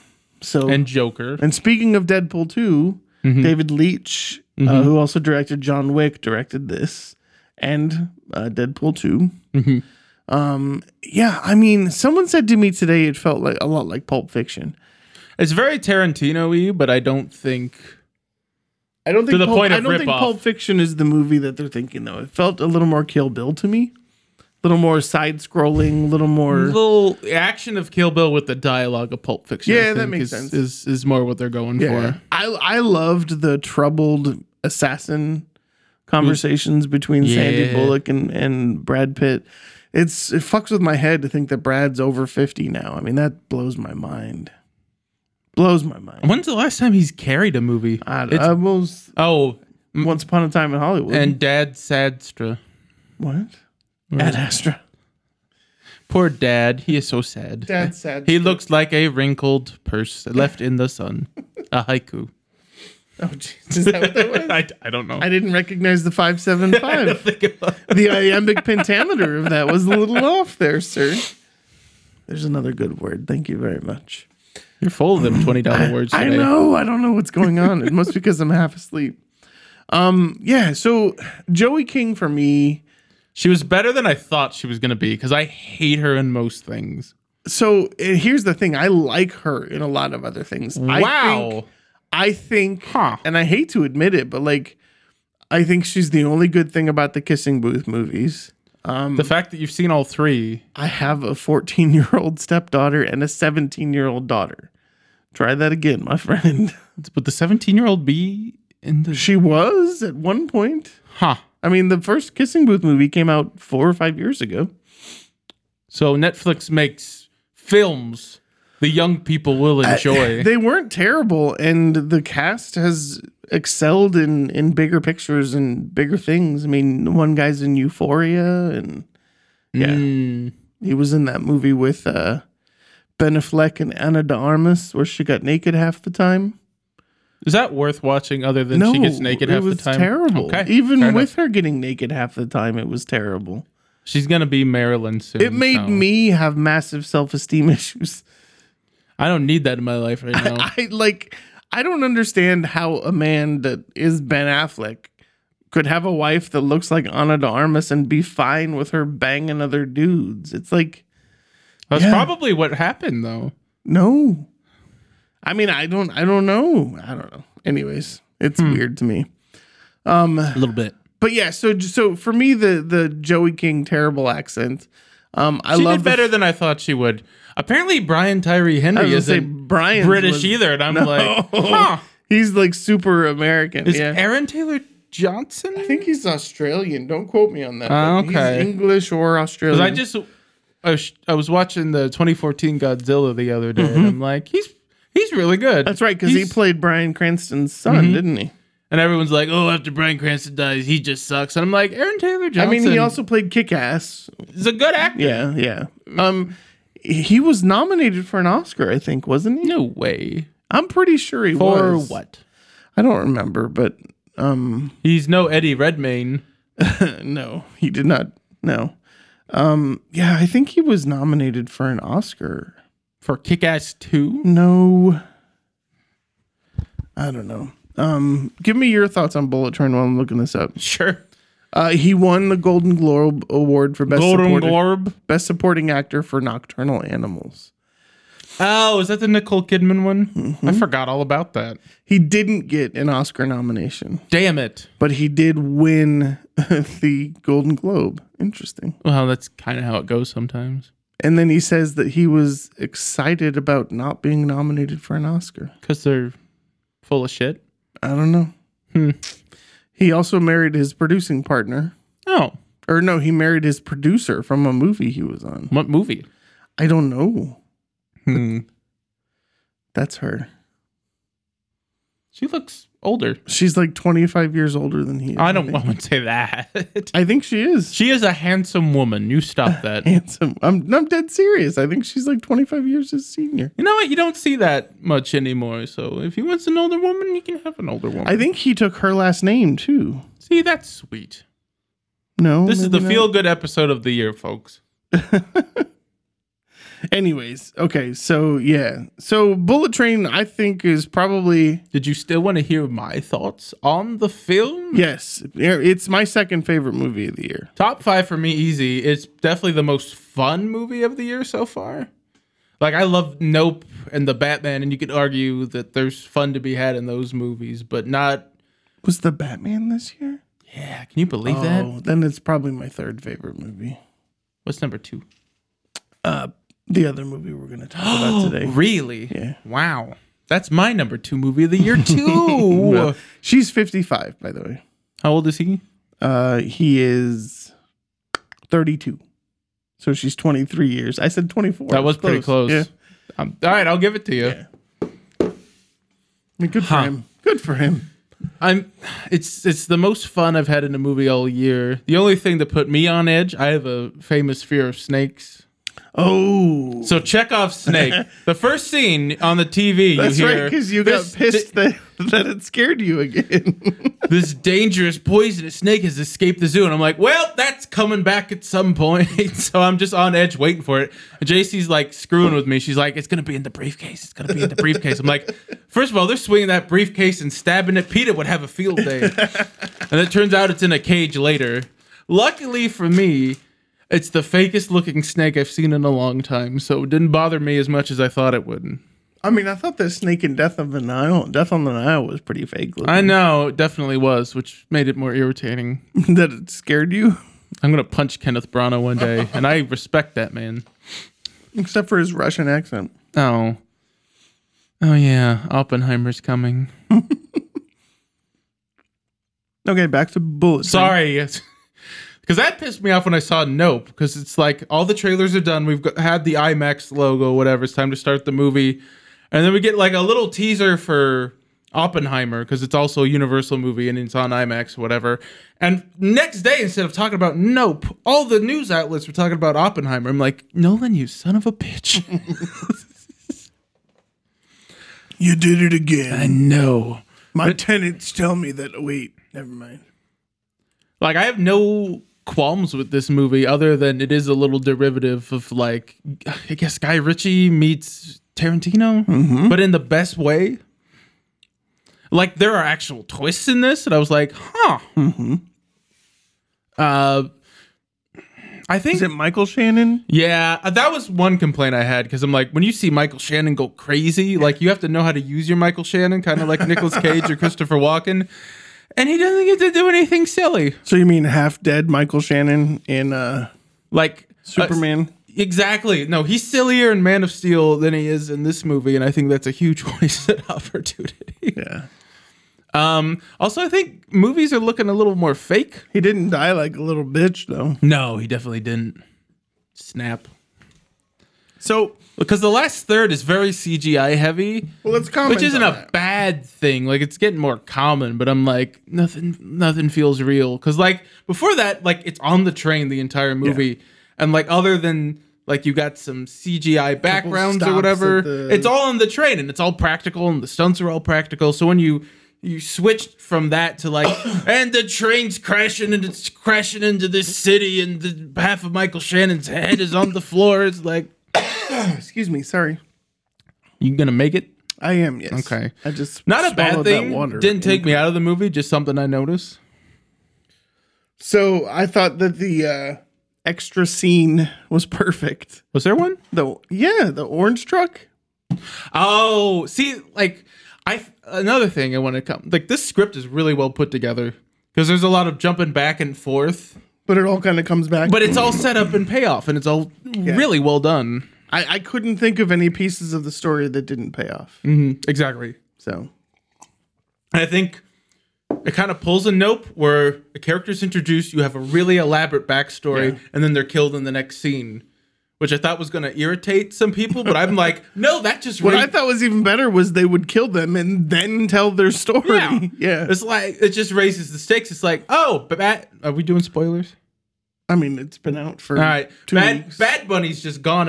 A: So
B: and Mm-hmm.
A: and,
B: Joker.
A: speaking of Deadpool 2 David Leitch,
B: Mm-hmm.
A: uh, who also directed John Wick, directed this and uh, Deadpool 2
B: Mm-hmm.
A: Um, yeah, I mean, someone said to me today it felt like a lot like Pulp Fiction.
B: It's very Tarantino-y, but I don't think.
A: I don't think
B: To the
A: Pulp,
B: point of
A: I don't think
B: ripoff.
A: Pulp Fiction is the movie that they're thinking though. It felt a little more Kill Bill to me, a little more side scrolling, a little more.
B: Little action of Kill Bill with the dialogue of Pulp Fiction. I
A: Yeah, that
B: think,
A: makes
B: is,
A: sense.
B: Is is more what they're going for.
A: I I loved the troubled assassin conversations between Sandy
B: Yeah.
A: Bullock and, and Brad Pitt. It's it fucks with my head to think that Brad's over fifty now. I mean that blows my mind. Blows my mind.
B: When's the last time he's carried a movie?
A: I,
B: It's-
A: I was
B: oh,
A: once upon a time in Hollywood.
B: and Dad Sadstra.
A: what? Ad Astra.
B: Poor Dad. He is so sad.
A: Dad sad.
B: He looks like a wrinkled purse left in the sun. A haiku.
A: Oh jeez, is that what that was?
B: I, I don't know.
A: I didn't recognize the five seven five.
B: think it was.
A: The iambic pentameter of that was a little off there, sir. There's another good word. Thank you very much.
B: You're full of them twenty dollar words
A: I
B: today.
A: know. I don't know what's going on. It must be because I'm half asleep. Um, yeah, so Joey King for me.
B: She was better than I thought she was gonna be because I hate her in most things.
A: So eh, here's the thing: I like her in a lot of other things. I think,
B: Wow.
A: I think
B: Huh.
A: and I hate to admit it, but like, I think she's the only good thing about the Kissing Booth movies. Um,
B: the fact that you've seen all three.
A: I have a 14 year old stepdaughter and a 17 year old daughter. Try that again, my friend.
B: Would the 17 year old be in the.
A: She was at one point.
B: Huh.
A: I mean, the first Kissing Booth movie came out four or five years ago.
B: So Netflix makes films the young people will
A: Uh,
B: enjoy.
A: They weren't terrible, and the cast has excelled in in bigger pictures and bigger things. I mean, one guy's in Euphoria, and yeah,
B: Mm.
A: he was in that movie with uh, Ben Affleck and Anna De Armas, where she got naked half the time.
B: Is that worth watching other than she gets naked
A: it
B: half
A: was
B: the time?
A: Terrible.
B: Okay,
A: Even
B: fair
A: with
B: enough.
A: her getting naked half the time, it was terrible.
B: She's going to be Marilyn soon.
A: It made
B: so
A: me have massive self esteem issues.
B: I don't need that in my life right now.
A: I like. I don't understand how a man that is Ben Affleck could have a wife that looks like Anna de Armas and be fine with her banging other dudes. It's like
B: That's
A: Yeah.
B: probably what happened, though.
A: no. I mean, I don't. I don't know. I don't know. Anyways, it's
B: Hmm.
A: weird to me.
B: A little bit.
A: But yeah, so so for me, the the Joey King terrible accent. Um, I
B: She
A: love
B: did
A: the
B: better than I thought she would. Apparently, Brian Tyree
A: I was
B: Henry
A: gonna say
B: isn't
A: Brian
B: British either, and I'm like, huh.
A: He's like super American.
B: Is
A: yeah.
B: Aaron Taylor Johnson?
A: I think he's Australian. Don't quote me on that.
B: Ah,
A: but
B: okay.
A: He's English or Australian.
B: Because I just I was, I was watching the 2014 Godzilla the other day, and I'm like, he's he's really good.
A: Mm-hmm. That's right, because he
B: He's-
A: played Brian Cranston's son, didn't he?
B: And everyone's like, oh, after Brian Cranston dies, he just sucks. And I'm like, Aaron Taylor
A: I
B: Johnson.
A: mean, he also played Kick Ass.
B: is a good actor.
A: Yeah, yeah. Um, he was nominated for an Oscar, I think, wasn't he?
B: No way.
A: I'm pretty sure he
B: For
A: was.
B: what?
A: I don't remember, but um,
B: He's no Eddie Redmayne.
A: no, he did not. No. Um, yeah, I think he was nominated for an Oscar.
B: For Kick Ass 2?
A: No. I don't know. Um, give me your thoughts on Bullet Train while I'm looking this up.
B: Sure.
A: Uh, he won the Golden Globe Award for best
B: Golden
A: supporting,
B: Globe.
A: best supporting actor for Nocturnal Animals.
B: Oh, is that the Nicole Kidman one? I forgot all about that.
A: He didn't get an Oscar nomination,
B: Damn it.
A: but he did win the Golden Globe. Interesting.
B: Well, that's kind of how it goes sometimes.
A: And then he says that he was excited about not being nominated for an Oscar.
B: Because they're full of shit.
A: I don't know.
B: Hmm.
A: He also married his producing partner.
B: Oh,
A: Or no, he married his producer from a movie he was on.
B: what movie?
A: I don't know.
B: Hmm.
A: That's her.
B: She looks older.
A: She's like 25 years older than he is.
B: I don't
A: think.
B: I wouldn't say that.
A: I think she is.
B: she is a handsome woman. You stop that. you
A: handsome. I'm no, I'm dead serious. I think she's like 25 years his senior.
B: know what? You don't see that much anymore. So if he wants an older woman, he can have an older woman.
A: I think he took her last name too.
B: see, that's sweet.
A: No.
B: This is
A: maybe
B: the
A: not.
B: feel good episode of the year, folks.
A: Anyways, okay, so yeah. So Bullet Train I think is probably
B: Did you still want to hear my thoughts on the film?
A: yes, it's my second favorite movie of the year.
B: Top five for me, easy. It's definitely the most fun movie of the year so far. Like I love Nope and the Batman, and you could argue that there's fun to be had in those movies, but not.
A: Was the Batman this year?
B: Yeah, can you believe that?
A: Oh, then it's probably my third favorite movie.
B: What's number two?
A: The other movie we're going to talk about today.
B: Really?
A: Yeah.
B: Wow. That's my number two movie of the year too.
A: Well, she's 55 by the way.
B: How old is he?
A: Uh he is 32. So she's 23 years. I said 24.
B: That was pretty close.
A: Yeah.
B: Um, all right, I'll give it to you.
A: I mean, good for
B: Huh.
A: him. Good for him.
B: I'm it's it's the most fun I've had in a movie all year. The only thing that put me on edge, I have a famous fear of snakes.
A: Oh.
B: So Chekhov's snake. the first scene on the TV
A: That's
B: you
A: right,
B: hear
A: because you
B: this
A: got pissed
B: di-
A: that that it scared you again.
B: this dangerous poisonous snake has escaped the zoo. And I'm like, well, that's coming back at some point. so I'm just on edge waiting for it. And JC's like screwing with me. She's like, it's going to be in the briefcase. It's going to be in the briefcase. I'm like, first of all, they're swinging that briefcase and stabbing it. PETA would have a field day. and it turns out it's in a cage later. Luckily for me, it's the fakest looking snake I've seen in a long time. So it didn't bother me as much as I thought it would.
A: I mean, I thought that Snake and Death of the Nile, Death on the Nile, was pretty fake looking.
B: I know it definitely was, which made it more irritating.
A: that it scared you,
B: I'm gonna punch Kenneth Branagh one day, and I respect that man.
A: except for his Russian accent.
B: Oh, oh yeah, Oppenheimer's coming.
A: Okay, back to Bullet. Train.
B: Sorry, because that pissed me off when I saw Nope. Because it's like all the trailers are done. We've got, had the IMAX logo, whatever. It's time to start the movie, and then we get like a little teaser for Oppenheimer because it's also a Universal movie and it's on IMAX, whatever. And next day, instead of talking about Nope, all the news outlets were talking about Oppenheimer. I'm like, Nolan, you son of a bitch.
A: You did it again.
B: no.
A: My tenants tell me that. Wait, never mind.
B: Like I have no qualms with this movie other than it is a little derivative of like I guess Guy Ritchie meets Tarantino,
A: Mm-hmm.
B: but in the best way. Like there are actual twists in this, and I was like, huh.
A: Mm-hmm.
B: Uh, I think
A: Is it Michael Shannon?
B: yeah, uh, that was one complaint I had because I'm like, when you see Michael Shannon go crazy, like you have to know how to use your Michael Shannon, kind of like Nicolas Cage or Christopher Walken, and he doesn't get to do anything silly.
A: So you mean half dead Michael Shannon in uh,
B: Like uh,
A: Superman?
B: exactly. No, he's sillier in Man of Steel than he is in this movie, and I think that's a huge wasted opportunity.
A: yeah.
B: Um, also, I think movies are looking a little more fake.
A: He didn't die like a little bitch though.
B: No, he definitely didn't. Snap.
A: So
B: Because the last third is very CGI heavy,
A: well, let's comment.
B: which isn't
A: on
B: a bad thing. Like it's getting more common, but I'm like nothing, nothing feels real. Because like before that, like it's on the train the entire movie, and like other than like you got some CGI backgrounds
A: stops
B: or
A: at
B: whatever,
A: the-
B: it's all on the train and it's all practical and the stunts are all practical. So when you you switched from that to like, and the train's crashing and it's crashing into this city and the half of Michael Shannon's head is on the floor. It's like
A: that. Excuse me. Sorry.
B: you gonna make it.
A: I am. Yes.
B: Okay.
A: I just
B: Not a bad
A: swallowed that
B: thing.
A: water.
B: Didn't take me out of the movie. Just something I noticed.
A: So I thought that the uh, extra scene was perfect.
B: Was there one?
A: The yeah, the orange truck.
B: Oh, see, like I another thing I want to come like this script is really well put together because there's a lot of jumping back and forth,
A: But it all kind of comes back.
B: but it's all set up and payoff, and it's all really well done.
A: I, I couldn't think of any pieces of the story that didn't pay off.
B: Mm. Exactly.
A: So
B: And I think it kind of pulls a nope where a character's introduced, you have a really elaborate backstory, and then they're killed in the next scene, which I thought was going to irritate some people, but I'm like, no, that just
A: what
B: ra-
A: I thought was even better was they would kill them and then tell their story.
B: Yeah. It's like it just raises the stakes. It's like, oh, but Bat, are we doing spoilers?
A: I mean, it's been out for
B: All right,
A: Mm, two
B: Bad,
A: weeks.
B: Bad Bunny's just gone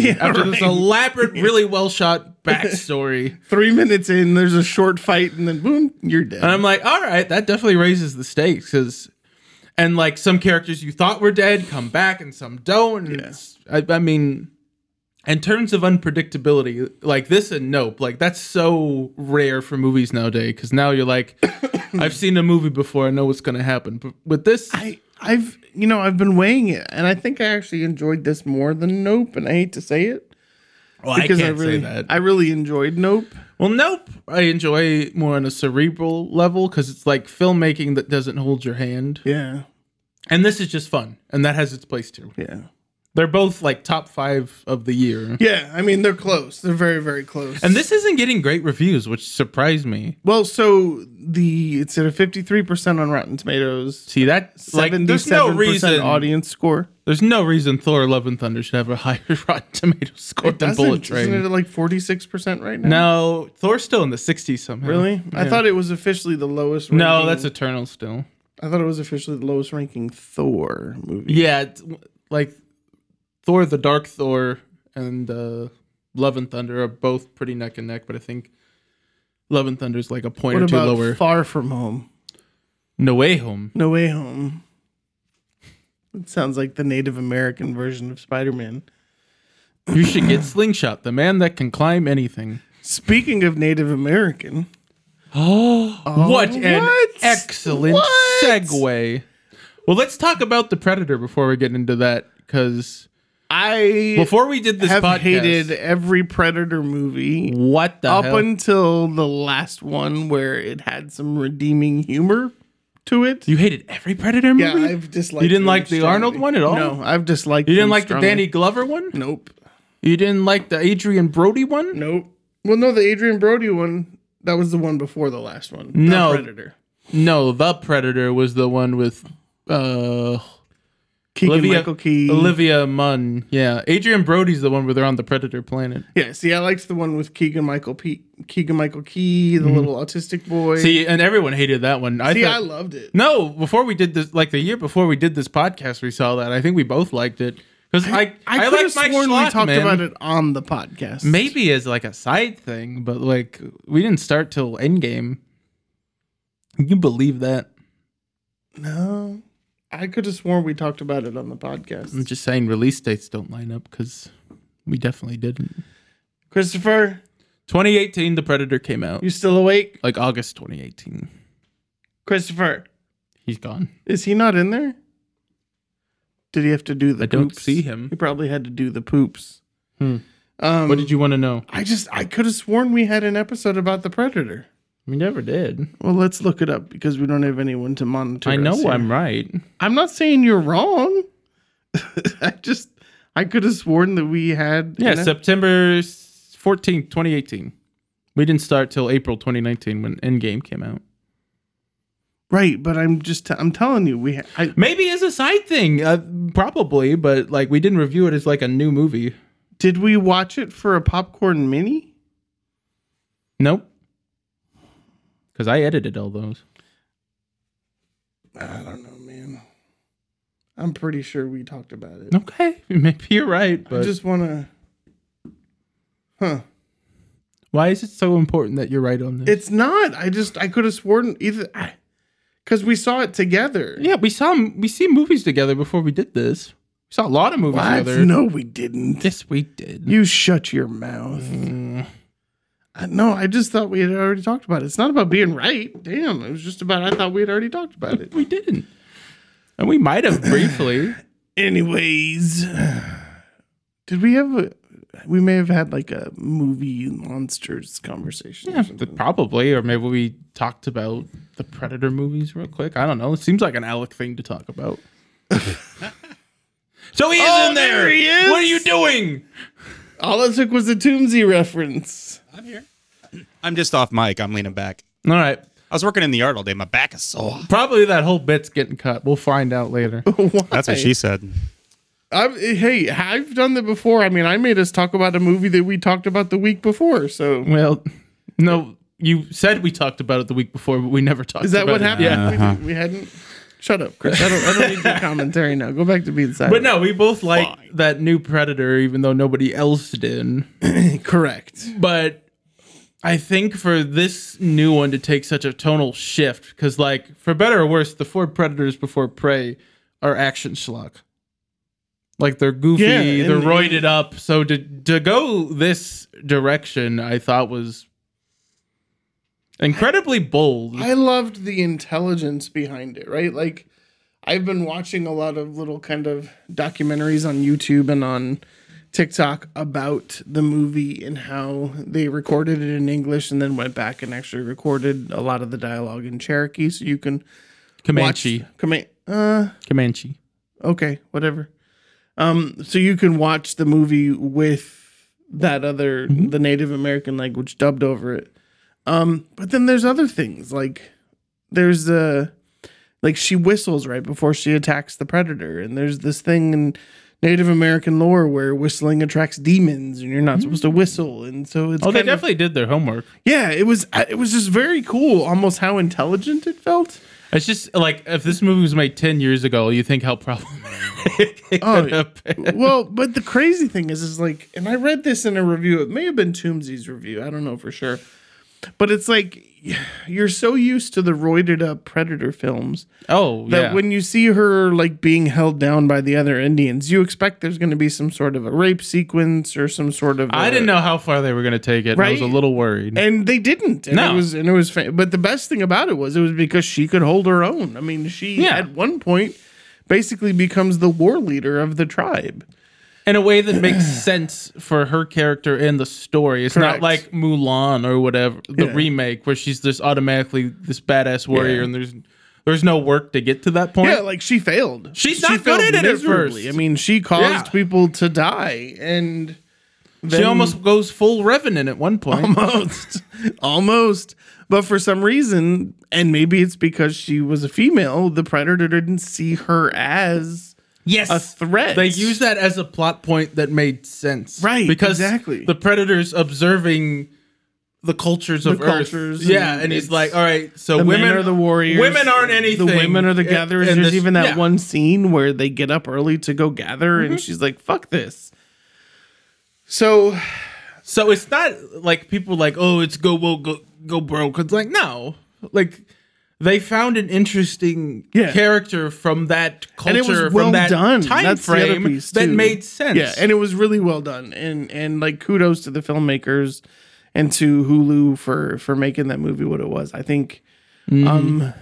A: Yeah,
B: after this
A: right.
B: elaborate, really well shot backstory,
A: Three minutes in, there's a short fight, and then boom, you're dead.
B: and I'm like, all right, that definitely raises the stakes because, and like some characters you thought were dead come back and some don't. and it's- I, I mean, in terms of unpredictability, like this and Nope, like that's so rare for movies nowadays because now you're like, I've seen a movie before, I know what's gonna happen, but with this,
A: I, I've, you know, I've been weighing it, and I think I actually enjoyed this more than Nope, and I hate to say it
B: Well,
A: because
B: I can't
A: really,
B: say that.
A: I really enjoyed Nope.
B: well, nope. I enjoy more on a cerebral level because it's like filmmaking that doesn't hold your hand,
A: Yeah,
B: and this is just fun, and that has its place too.
A: yeah,
B: They're both like top five of the year,
A: yeah. I mean, they're close. They're very, very close.
B: and this isn't getting great reviews, which surprised me.
A: well, so the it's at a 53 percent on Rotten Tomatoes.
B: See that? Like, there's no
A: 77%
B: reason.
A: audience score.
B: There's no reason Thor: Love and Thunder should have a higher Rotten Tomato score than
A: Doesn't-
B: Bullet
A: Isn't
B: Train.
A: it at like 46% right now?
B: no, Thor's still in the 60s somehow.
A: Really? I
B: Yeah.
A: thought it was officially the lowest ranking.
B: No, that's Eternal still.
A: I thought it was officially the lowest ranking Thor movie.
B: Yeah, it's w- like Thor, the Dark Thor, and uh, Love and Thunder are both pretty neck and neck, but I think Love and Thunder is like a point
A: What
B: or two
A: about
B: lower.
A: Far From Home?
B: no Way Home.
A: No Way Home. It sounds like the Native American version of Spider Man.
B: You should get Slingshot, the man that can climb anything.
A: Speaking of Native American,
B: Oh, what an
A: what?
B: excellent
A: What?
B: segue. Well, let's talk about the Predator before we get into that, because
A: I
B: before we did this
A: have
B: podcast,
A: hated every Predator movie
B: what the
A: up
B: hell?
A: until the last one where it had some redeeming humor to it.
B: you hated every Predator movie.
A: Yeah, I've disliked.
B: You didn't
A: them
B: like the Arnold one at all?
A: No, I've disliked.
B: you
A: them
B: didn't like the
A: strongly.
B: Danny Glover one.
A: Nope.
B: You didn't like the Adrian Brody one.
A: Nope. Well, no, the Adrian Brody one. That was the one before the last one. not
B: No.
A: Predator.
B: No, the Predator was the one with uh,
A: Keegan
B: Olivia
A: Michael Key.
B: Olivia Munn. Yeah, Adrian Brody's the one where they're on the Predator planet.
A: Yeah. See, I liked the one with Keegan Michael P. Keegan Michael Key, the little autistic boy. See,
B: Mhm. See, and everyone hated that one. I
A: I,
B: thought,
A: loved it.
B: no, before we did this, like the year before we did this podcast, we saw that. I think we both liked it because I, I,
A: I, could
B: like
A: have
B: Mike
A: sworn we
B: Schlott,
A: talked
B: man.
A: about it on the podcast.
B: Maybe as like a side thing, but like we didn't start till Endgame. Can You believe that?
A: No. I could have sworn we talked about it on the
B: I'm
A: podcast.
B: just saying release dates don't line up because we definitely didn't.
A: Christopher,
B: 2018, The Predator came out
A: you still awake?
B: like August 2018.
A: Christopher,
B: He's gone.
A: is he not in there? Did he have to do the
B: I don't
A: poops?
B: see him.
A: He probably had to do the poops.
B: Hmm.
A: Um,
B: What did you want to know?
A: I just I could have sworn we had an episode about the predator.
B: We never did.
A: Well, let's look it up because we don't have anyone to monitor.
B: I
A: us
B: know
A: here.
B: I'm right.
A: I'm not saying you're wrong. I just I could have sworn that we had.
B: Yeah,
A: an ep-
B: September 14th, 2018. We didn't start till April 2019 when Endgame came out.
A: right, but I'm just I'm telling you we. ha- I,
B: Maybe as a side thing, uh, probably, but like we didn't review it as like a new movie.
A: Did we watch it for a popcorn mini?
B: Nope. Because I edited all those.
A: I don't know, man. I'm pretty sure we talked about it.
B: Okay, maybe you're right,
A: I
B: but
A: just want to. Huh.
B: why is it so important that you're right on this?
A: It's not. I just I could have sworn either because we saw it together.
B: yeah, we saw we see movies together before we did this. We saw a lot of movies
A: What?
B: together.
A: No, we didn't.
B: Yes, we did.
A: You shut your mouth. Mm. I, no, I just thought we had already talked about it. It's not about being right. Damn, it was just about I thought we had already talked about it.
B: We didn't. And we might have briefly.
A: Anyways, did we have a? We may have had like a movie monsters conversation. or
B: Yeah,
A: something.
B: probably, or maybe we talked about the Predator movies real quick. I don't know. It seems like an Alec thing to talk about. so he is
A: Oh,
B: in there.
A: there he
B: What are
A: is!
B: you doing?
A: All it took was a Toomsy reference.
C: I'm here. I'm just off mic. I'm leaning back.
B: All right.
C: I was working in the yard all day. My back is sore.
B: Probably that whole bit's getting cut. We'll find out later.
A: Why?
C: That's what she said.
A: I've, hey, I've done that before. I mean, I made us talk about a movie that we talked about the week before. So
B: well, no, you said we talked about it the week before, but we never talked.
A: is that
B: about
A: what
B: it.
A: happened?
B: Yeah.
A: We, we hadn't. Shut up, Chris. I don't, I don't need your commentary now. Go back to being
B: But
A: silent.
B: no, we both like that new Predator, even though nobody else did.
A: no, correct.
B: but I think for this new one to take such a tonal shift, because like for better or worse, the four predators before prey are action schlock. Like they're goofy,
A: Yeah, and-
B: they're roided up. So to to go this direction, I thought was incredibly bold.
A: I loved the intelligence behind it, right? Like I've been watching a lot of little kind of documentaries on YouTube and on TikTok about the movie and how they recorded it in English and then went back and actually recorded a lot of the dialogue in Cherokee so you can
B: Comanche,
A: watch Comanche uh
B: Comanche.
A: okay, whatever. Um, so you can watch the movie with that other
B: Mm-hmm.
A: the Native American language dubbed over it. Um, but then there's other things like there's the like she whistles right before she attacks the predator, and there's this thing in Native American lore where whistling attracts demons, and you're not supposed to whistle, and so it's
B: Mm-hmm. Oh, they
A: kind of-
B: definitely did their homework.
A: yeah, it was it was just very cool, almost how intelligent it felt.
B: It's just like if this movie was made ten years ago, you think how problematic it
A: Oh,
B: could have been.
A: well, but the crazy thing is, is like, and I read this in a review. It may have been Toomsey's review. I don't know for sure. But it's like you're so used to the roided up predator films
B: Oh,
A: that
B: yeah.
A: when you see her like being held down by the other Indians, you expect there's going to be some sort of a rape sequence or some sort of. I
B: I didn't know how far they were going to take it. I was a
A: Right?
B: little worried.
A: and they didn't. And
B: No.
A: it was and it was. Fa- but the best thing about it was it was because she could hold her own. I mean, she
B: Yeah.
A: at one point basically becomes the war leader of the tribe.
B: in a way that makes sense for her character and the story. It's not
A: Correct.
B: like Mulan or whatever the
A: Yeah.
B: remake where she's just automatically this badass warrior and there's there's no work to get to that point.
A: Yeah, like she failed.
B: She's
A: She
B: not good
A: failed
B: at it at
A: miserably.
B: first.
A: I mean, she caused
B: Yeah.
A: people to die, and
B: she almost goes full revenant at one
A: Oh
B: point.
A: almost, almost. But for some reason, and maybe it's because she was a female, the predator didn't see her as
B: yes,
A: a threat.
B: They use that as a plot point that made sense.
A: Right,
B: Because
A: exactly.
B: the predator's observing the cultures of
A: The
B: Earth.
A: cultures
B: yeah,
A: and
B: and, he's
A: it's-
B: like, all right, so
A: the
B: women
A: men are the warriors.
B: Women aren't anything.
A: The women are the
B: and-
A: gatherers.
B: and
A: There's
B: this-
A: even that
B: yeah. Mm-hmm.
A: one scene where they get up early to go gather, and she's like, "Fuck this." So
B: So it's not like people like, oh, it's go woke, go, go broke. It's like, no. Like, they found an interesting
A: Yeah.
B: character from that culture,
A: and it was
B: from
A: well
B: that
A: done.
B: time
A: That's the other
B: frame
A: piece,
B: that
A: too.
B: made sense.
A: Yeah, and it was really well done. And and like kudos to the filmmakers and to Hulu for for making that movie what it was. I think
B: Mm-hmm.
A: um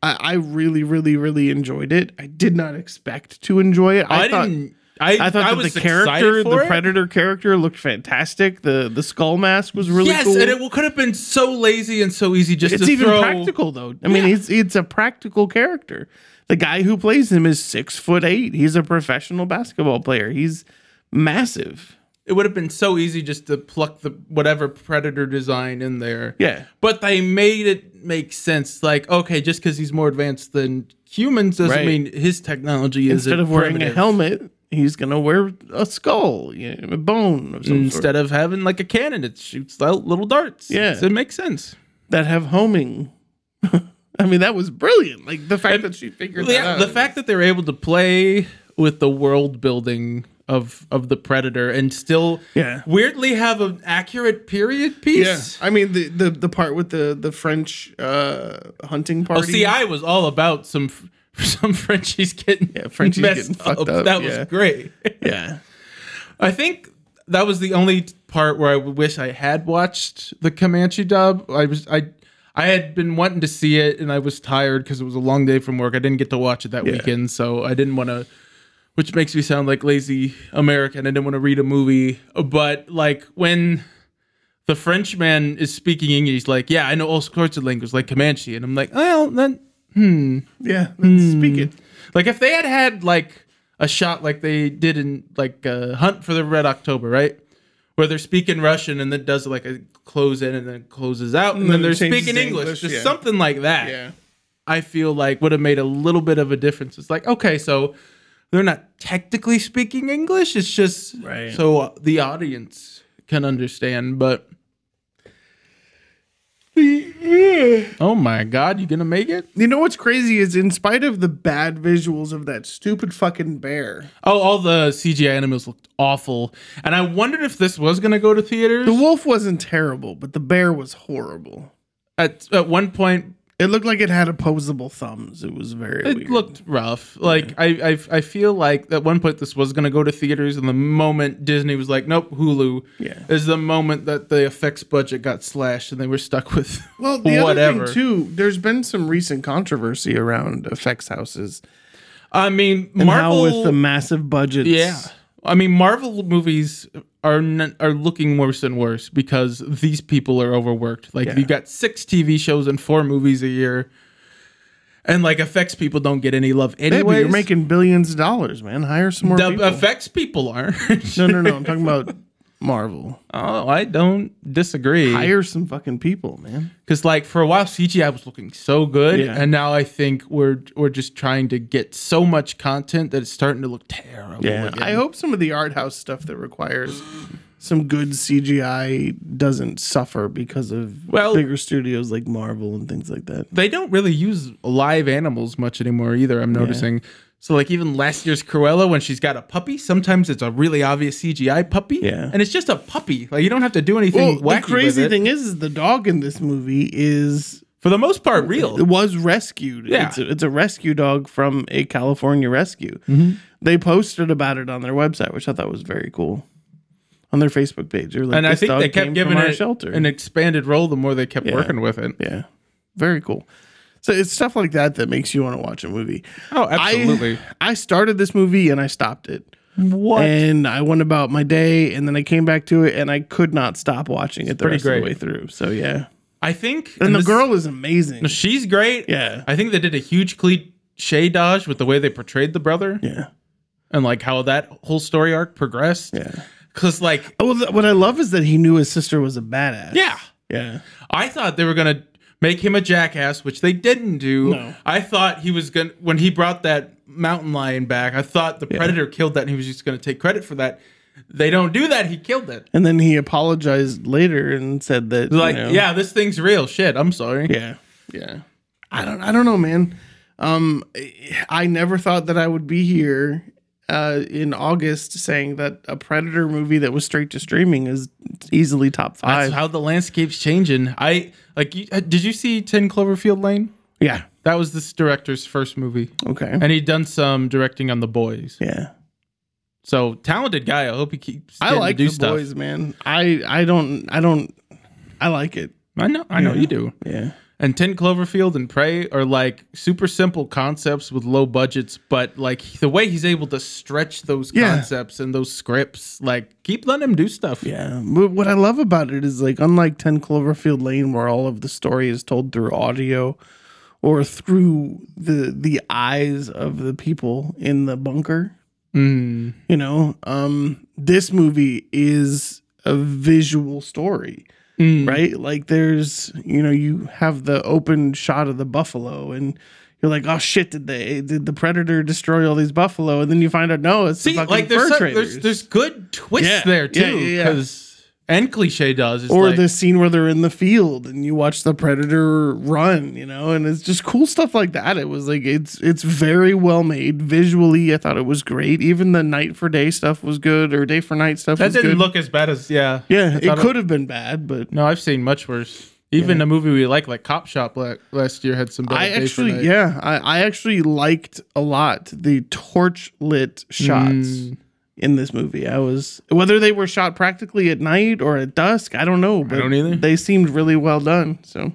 A: I, I really, really, really enjoyed it. I did not expect to enjoy it. I,
B: I,
A: thought
B: didn't. I,
A: I thought that
B: was
A: the
B: excited
A: character,
B: for
A: the
B: it.
A: predator character, looked fantastic. The the skull mask was really
B: yes,
A: cool.
B: and it could have been so lazy and so easy just
A: it's
B: to
A: even
B: throw.
A: practical though. I mean, it's it's a practical character. The guy who plays him is six foot eight. He's a professional basketball player. He's massive.
B: It would have been so easy just to pluck the whatever predator design in there.
A: Yeah.
B: But they made it make sense. Like, okay, just because he's more advanced than humans doesn't
A: Right.
B: mean his technology is
A: Instead of wearing a
B: primitive.
A: helmet, he's gonna wear a skull, you know, a bone of some sort
B: Instead of having like a cannon, it shoots out little darts.
A: Yeah.
B: It's- it makes sense.
A: that have homing. I mean, that was brilliant. Like the fact that she figured that
B: Yeah,
A: out.
B: the fact that they're able to play with the world building of of the predator and still
A: Yeah.
B: weirdly have an accurate period piece.
A: yeah, I mean the, the the part with the the French uh, hunting
B: Oh,
A: party.
B: see, I was all about some f- some Frenchies getting yeah,
A: Frenchies getting fucked up,
B: That
A: yeah.
B: was great.
A: yeah,
B: I think that was the only part where I wish I had watched the Comanche dub. I was I I had been wanting to see it, and I was tired because it was a long day from work. I didn't get to watch it that weekend, so I didn't want to. Which makes me sound like lazy American. I didn't want to read a movie, but like when the Frenchman is speaking English, he's like, "Yeah, I know all sorts of languages, like Comanche," and I'm like, "Well, then."
A: yeah. Let's speak it.
B: Like if they had had like a shot like they did in like uh, Hunt for the Red October, right? Where they're speaking Russian and then does like a close in and then closes out and,
A: And then
B: then they're
A: it changes
B: speaking
A: to
B: English,
A: English,
B: just
A: yeah.
B: something like that.
A: Yeah,
B: I feel like would have made a little bit of a difference. It's like okay, so they're not technically speaking English. It's just
A: Right.
B: so the audience can understand. But oh my god, you gonna make it?
A: you know what's crazy is in spite of the bad visuals of that stupid fucking bear,
B: Oh, all the CGI animals looked awful, and I wondered if this was going to go to theaters.
A: the wolf wasn't terrible, but the bear was horrible.
B: At at one point,
A: It looked like it had opposable thumbs. It was very
B: it
A: weird.
B: looked rough. Like I, I, I feel like at one point this was going to go to theaters, and the moment Disney was like, "Nope, Hulu,"
A: Yeah.
B: is the moment that the effects budget got slashed, and they were stuck with
A: well, the
B: whatever.
A: other thing too, there's been some recent controversy around effects houses
B: I mean,
A: and
B: Marvel
A: how with the massive budgets.
B: Yeah, I mean, Marvel movies are n- are looking worse and worse because these people are overworked. Like you've got six TV shows and four movies a year, and like effects people don't get any love
A: Hey, but
B: anyway.
A: you're making billions of dollars, man. Hire some more
B: the
A: people.
B: effects people aren't.
A: no, no, no. I'm talking about Marvel.
B: oh, I don't disagree.
A: Hire some fucking people, man.
B: Because like for a while CGI was looking so good,
A: Yeah.
B: and now I think we're we're just trying to get so much content that it's starting to look terrible. again.
A: I hope some of the art house stuff that requires some good CGI doesn't suffer because of
B: Well-
A: bigger studios like Marvel and things like that.
B: they don't really use live animals much anymore either i'm noticing So like even last year's Cruella, when she's got a puppy, sometimes it's a really obvious CGI puppy.
A: Yeah.
B: and it's just a puppy. Like you don't have to do
A: well,
B: anything. wacky
A: the crazy
B: with it.
A: thing is, is the dog in this movie is
B: for the most part, real.
A: it was rescued.
B: Yeah.
A: It's, a, it's a rescue dog from a California rescue.
B: Mm-hmm.
A: They posted about it on their website, which I thought was very cool. On their Facebook page, They were like,
B: and I
A: "This
B: think
A: dog
B: they kept
A: came
B: giving
A: from our
B: it
A: shelter."
B: an expanded role the more they kept
A: Yeah.
B: working with it.
A: yeah, very cool. So it's stuff like that that makes you want to watch a movie.
B: Oh,
A: I-
B: absolutely.
A: I started this movie and I stopped it.
B: what?
A: And I went about my day, and then I came back to it, and I could not stop watching it the
B: pretty
A: rest of
B: great.
A: the way through. So yeah,
B: I think
A: and, the
B: this-
A: girl is amazing.
B: she's great.
A: Yeah,
B: I think they did a huge cliche dodge with the way they portrayed the brother
A: yeah,
B: and like how that whole story arc progressed.
A: yeah.
B: Cause like,
A: Oh, th- what I love is that he knew his sister was a badass.
B: yeah,
A: yeah.
B: I thought they were gonna make him a jackass, which they didn't do.
A: No.
B: I thought he was gonna when he brought that mountain lion back. I thought the predator killed that, and he was just gonna take credit for that. They don't do that. He killed it.
A: And then he apologized later and said that,
B: Like,
A: you know,
B: yeah, this thing's real. Shit, I'm sorry.
A: yeah, yeah. I don't, I don't know, man. Um, I never thought that I would be here uh, in August saying that a Predator movie that was straight to streaming is easily top
B: That's
A: five.
B: how the landscape's changing. I like. You, uh, did you see Ten Cloverfield Lane?
A: yeah.
B: That was this director's first movie,
A: Okay.
B: and he'd done some directing on The Boys.
A: Yeah.
B: So talented guy. I hope he keeps.
A: I
B: getting to
A: like
B: do
A: the
B: stuff.
A: boys, man. I I don't I don't I like it.
B: I know. I know
A: Yeah.
B: you do.
A: Yeah.
B: And Ten Cloverfield and Prey are like super simple concepts with low budgets, but like the way he's able to stretch those
A: Yeah.
B: concepts and those scripts, like keep letting him do stuff.
A: Yeah. But what I love about it is like unlike 10 Cloverfield Lane where all of the story is told through audio or through the the eyes of the people in the bunker,
B: Mm.
A: you know, um this movie is a visual story.
B: Mm.
A: right? Like there's, you know, you have the open shot of the buffalo and you're like, oh shit, did they did the predator destroy all these buffalo? And then you find out no, it's
B: See,
A: the fucking
B: like
A: fur
B: there's, some-
A: traders.
B: there's there's good twists
A: Yeah.
B: there
A: Yeah, yeah,
B: too,
A: yeah.
B: because and cliche does is
A: or
B: like,
A: the scene where they're in the field and you watch the predator run, you know, and it's just cool stuff like that. It was like it's it's very well made visually. I thought it was great. Even the night for day stuff was good, or day for night stuff.
B: that
A: was
B: didn't
A: good.
B: look as bad as yeah.
A: Yeah, it
B: thought it-
A: could have been bad, but
B: No, I've seen much worse. Even a movie we like, like Cop Shop, la- last year had some. Bad
A: I
B: days
A: actually,
B: tonight.
A: yeah, I, I actually liked a lot the torch lit shots
B: Mm.
A: in this movie. I was whether they were shot practically at night or at dusk, I don't know. But
B: don't either.
A: They seemed really well done. So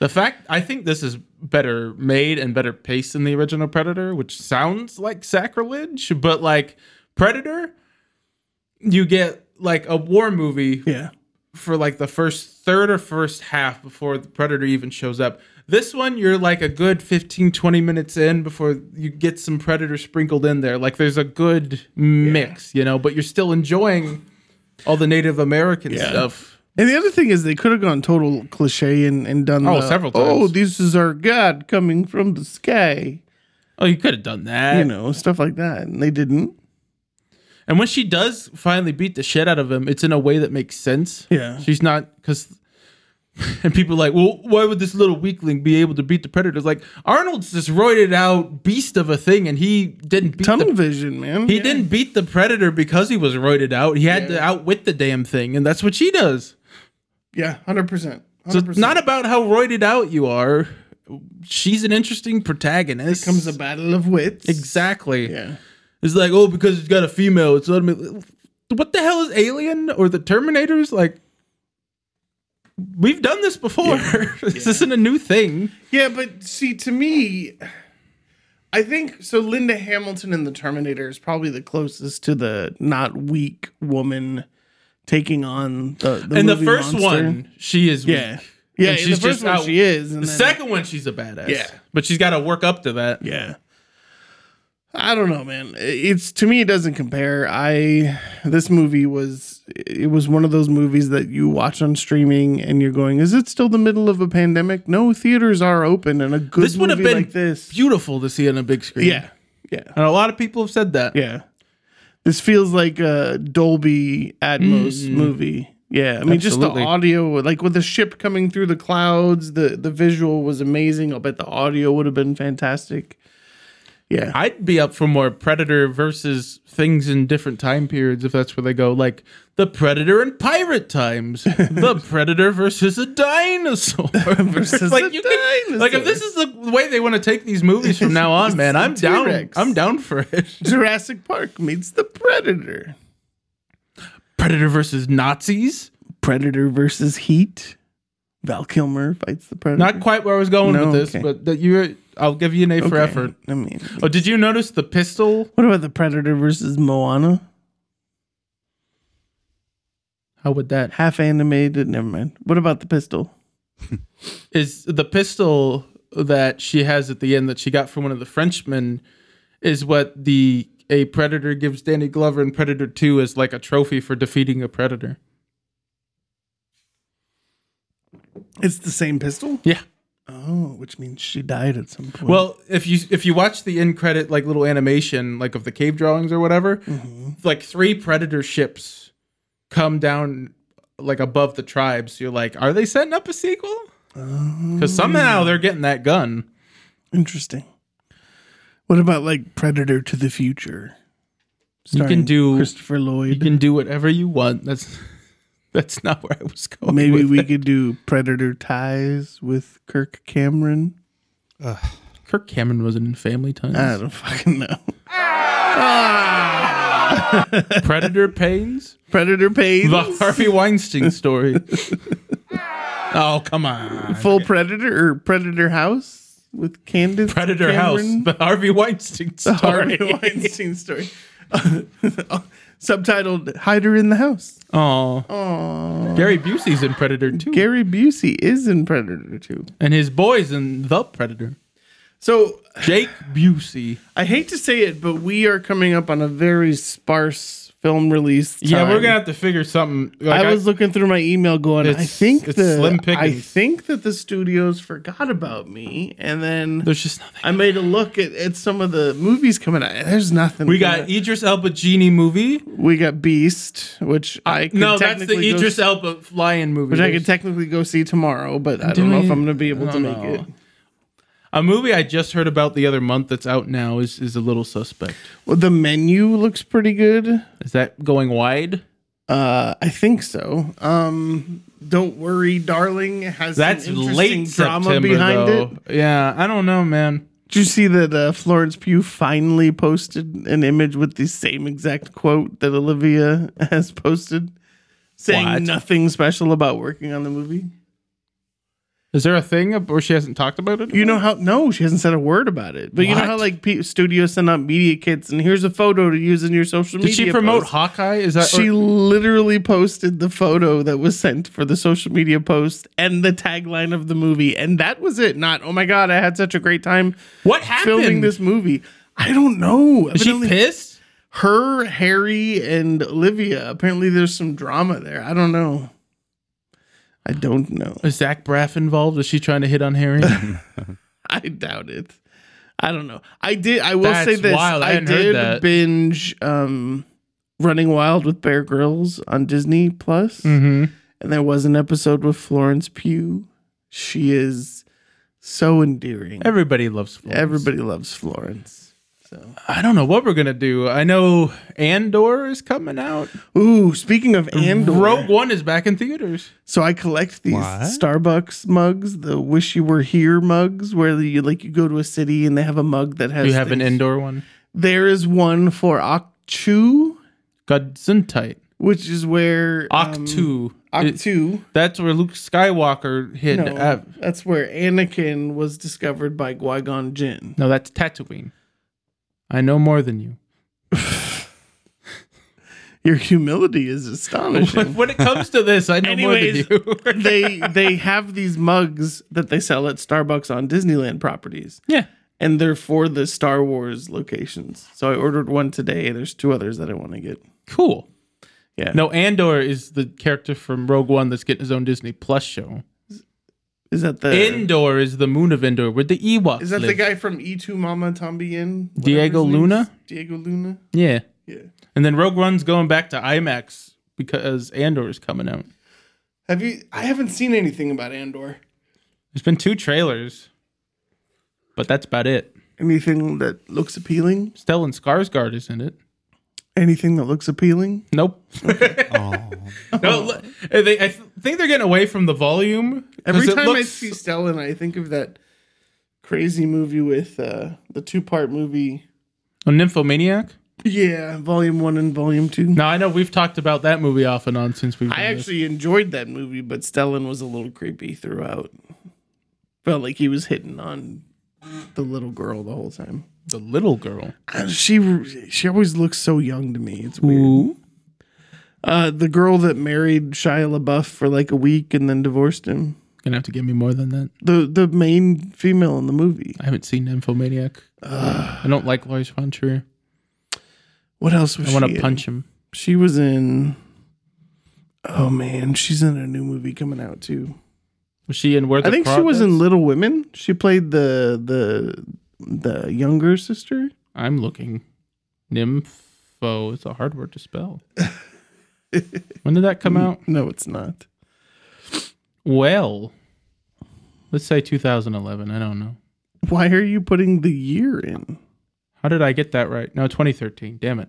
B: The fact I think this is better made and better paced than the original Predator, which sounds like sacrilege, but like Predator, you get like a war movie
A: yeah,
B: for like the first third or first half before the Predator even shows up. This one, you're like a good 15, 20 minutes in before you get some Predator sprinkled in there. Like there's a good mix, you know, but you're still enjoying all the Native American
A: Yeah.
B: stuff.
A: and the other thing is they could have gone total cliche and, and done
B: Oh,
A: the,
B: several
A: Oh,
B: times.
A: this is our God coming from the sky.
B: Oh, you could have done that.
A: You know, stuff like that, and they didn't.
B: And when she does finally beat the shit out of him, it's in a way that makes sense.
A: Yeah.
B: She's not because and people are like, well, why would this little weakling be able to beat the predators? Like Arnold's this roided out beast of a thing, and he didn't beat
A: Tunnel
B: the,
A: vision, man.
B: he
A: Yeah.
B: didn't beat the predator because he was roided out. He had to outwit the damn thing, and that's what she does.
A: Yeah, hundred percent.
B: So it's not about how roided out you are. She's an interesting protagonist.
A: comes a battle of wits.
B: exactly.
A: Yeah.
B: It's like, oh, because it's got a female, it's not. What the hell is Alien or the Terminators? Like, we've done this before. this isn't a new thing.
A: Yeah, but see, to me, I think so. Linda Hamilton in The Terminator is probably the closest to the not weak woman taking on the. the
B: In the
A: movie
B: first
A: monster.
B: one, she is
A: yeah,
B: weak.
A: yeah.
B: And
A: in
B: she's
A: the first
B: just
A: one,
B: out-
A: she is. And
B: The
A: then-
B: second one, she's a badass.
A: Yeah.
B: but she's got to work up to that.
A: yeah. I don't know, man. It's to me, it doesn't compare. I this movie was it was one of those movies that you watch on streaming and you're going, is it still the middle of a pandemic? No, theaters are open, and a good
B: This would have
A: movie
B: been
A: like this.
B: Beautiful to see on a big screen.
A: Yeah, yeah.
B: and a lot of people have said that.
A: Yeah. This feels like a Dolby Atmos movie. Yeah, I mean, just
B: Absolutely.
A: the audio, like with the ship coming through the clouds, the the visual was amazing. I bet the audio would have been fantastic. Yeah.
B: I'd be up for more Predator versus things in different time periods if that's where they go, like the Predator and pirate times, the Predator versus a dinosaur
A: Versus
B: like
A: a
B: you can- like
A: dinosaur.
B: if this is the way they want to take these movies from now on, man, I'm down.
A: T-Rex.
B: I'm down for it.
A: Jurassic Park meets the Predator.
B: Predator versus Nazis.
A: Predator versus Heat. Val Kilmer fights the Predator.
B: Not quite where I was going
A: Mm-hmm. No,
B: with this,
A: okay.
B: but that you. I'll give you an A
A: Okay,
B: for effort.
A: I mean,
B: Oh, did you notice the pistol?
A: what about the Predator versus Moana?
B: How would that
A: Half animated. Never mind. What about the pistol?
B: is the pistol that she has at the end that she got from one of the Frenchmen is what the a predator gives Danny Glover in Predator 2 as like a trophy for defeating a predator.
A: It's the same pistol.
B: Yeah.
A: Oh, which means she died at some point.
B: Well, if you if you watch the end credit like little animation like of the cave drawings or whatever, like three predator ships come down like above the tribes. You're like, are they setting up a sequel? Because somehow they're getting that gun.
A: interesting. What about like Predator to the Future?
B: can
A: Starring
B: do-
A: Christopher Lloyd.
B: You can do whatever you want. That's that's not where I was going.
A: Maybe
B: with
A: we
B: it.
A: could do Predator ties with Kirk Cameron.
B: Kirk Cameron wasn't in Family
A: I
B: Ties.
A: don't fucking know.
B: Predator Pains.
A: Predator Page.
B: The Harvey Weinstein story. oh come on.
A: Full Predator or Predator House with Candace.
B: Predator
A: Cameron.
B: House. The Harvey Weinstein story.
A: Harvey Weinstein story. Subtitled Hide Her in the House.
B: Oh,
A: Aww.
B: Gary Busey's in Predator 2.
A: Gary Busey is in Predator 2.
B: and his boy's in The Predator.
A: So
B: Jake Busey.
A: I hate to say it, but we are coming up on a very sparse film release. Time.
B: Yeah, we're going to have to figure something. Like,
A: I was looking through my email going, I
B: It's-
A: think
B: it's
A: the
B: slim pickings.
A: I think that the studios forgot about me, and then
B: there's just nothing.
A: I made a look at, at some of the movies coming out. and There's nothing.
B: We got E- Idris Elba Genie movie.
A: we got Beast, which I could
B: Uh, No, that's
A: technically
B: the
A: go
B: Idris
A: s-
B: Elba Lion movie.
A: which I
B: There's
A: could technically go see tomorrow, but I don't know if I'm gonna be able to
B: don't
A: make
B: know.
A: it.
B: a movie I just heard about the other month that's out now is, is a little suspect.
A: Well, the menu looks pretty good.
B: Is that going wide?
A: Uh, I think so. Um, don't worry, darling. Has some
B: That's
A: interesting
B: late
A: drama
B: September,
A: behind
B: though.
A: it.
B: Yeah, I don't know, man.
A: Did you see that uh, Florence Pugh finally posted an image with the same exact quote that Olivia has posted, saying
B: What?
A: nothing special about working on the movie?
B: Is there a thing ab- where she hasn't talked about it?
A: You know how? No, she hasn't said a word about it. But you know
B: What?
A: how like pe- studios send out media kits, and here's a photo to use in your social
B: Did
A: media.
B: she promote
A: post.
B: Hawkeye? Is that
A: She literally posted the photo that was sent for the social media post and the tagline of the movie, and that was it. Not oh my god, I had such a great time
B: what happened?
A: filming this movie. I don't know.
B: Is she
A: Evidently-
B: pissed?
A: her, Harry, and Olivia. Apparently, there's some drama there. I don't know. I don't know.
B: Is Zach Braff involved? Is she trying to hit on Harry?
A: I doubt it. I don't know. I did. I will
B: That's
A: say this.
B: wild. I
A: I,
B: hadn't heard
A: did
B: that.
A: binge um, Running Wild with Bear Grylls on Disney Plus,
B: mm-hmm.
A: and there was an episode with Florence Pugh. She is so endearing.
B: Everybody loves Florence.
A: Everybody loves Florence. So.
B: I don't know what we're gonna do. I know Andor is coming out.
A: Ooh, speaking of
B: And
A: Andor,
B: Rogue One is back in theaters.
A: So I collect these
C: What?
A: Starbucks mugs, the "Wish You Were Here" mugs, where you like you go to a city and they have a mug that has.
B: you have an
A: things.
B: Andor one.
A: There is one for Akchu,
B: Godzintite.
A: which is where um,
B: Octu. It-
A: Aktu.
B: that's where Luke Skywalker hid.
A: No,
B: No,
A: that's where Anakin was discovered by Qui-Gon Jinn.
B: no that's Tatooine. I know more than you.
A: Your humility is astonishing.
B: when it comes to this, I know
A: Anyways,
B: more than you.
A: they they have these mugs that they sell at Starbucks on Disneyland properties.
B: yeah.
A: and they're for the Star Wars locations. So I ordered one today. There's two others that I want to get.
B: Cool.
A: Yeah.
B: No, Andor is the character from Rogue One that's getting his own Disney Plus show.
A: Is that the
B: Endor is the moon of Endor with the Ewoks.
A: Is that the
B: live.
A: guy from E2 Mama Tambien? Whatever
B: Diego
A: his name
B: Luna?
A: is? Diego Luna.
B: Yeah.
A: Yeah.
B: And then Rogue One's going back to IMAX because Andor is coming out.
A: Have you I haven't seen anything about Andor.
B: There's been two trailers, but that's about it.
A: Anything that looks appealing?
B: Stellan Skarsgård is in it.
A: Anything that looks appealing?
B: Nope.
A: Oh.
B: no, look, they, I th- think they're getting away from the volume. 'cause
A: Every
B: it
A: time I
B: looks-
A: see Stellan, I think of that crazy movie with uh, the two part movie.
B: Oh, Nymphomaniac.
A: Yeah, volume one and volume two.
B: Now I know we've talked about that movie off and on since we've.
A: I
B: done this.
A: actually enjoyed that movie, but Stellan was a little creepy throughout. Felt like he was hitting on the little girl the whole time.
B: the little girl.
A: Uh, She she always looks so young to me. It's weird. Uh, the girl that married Shia LaBeouf for like a week and then divorced him.
B: Gonna have to give me more than that.
A: The the main female in the movie.
B: I haven't seen Nymphomaniac. I don't like Lars von Trier.
A: What else was
B: I want
A: she
B: to
A: in?
B: punch him.
A: She was in. Oh man, she's in a new movie coming out too.
B: Was she in Where the
A: I think she
B: Craw-
A: was in Little Women. She played the the the younger sister.
B: I'm looking. Nympho. It's a hard word to spell. when did that come out?
A: No, it's not.
B: Well, let's say 2011. I don't know.
A: Why are you putting the year in?
B: How did I get that right? No, 2013. Damn it.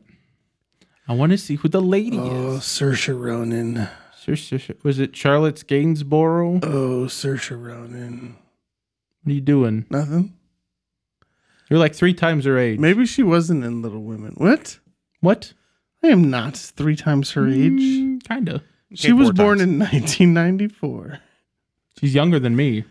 B: I want to see who the lady
A: Oh,
B: is.
A: Saoirse Ronan.
B: Sure, sure, sure. Was it Charlotte's Gainsborough? What
A: Oh, Saoirse Ronan.
B: are you doing?
A: Nothing.
B: You're like three times her age.
A: Maybe she wasn't in Little Women. What?
B: What?
A: I am not three times her age.
B: Mm, kinda.
A: She was born in 1994.
B: She's younger than me.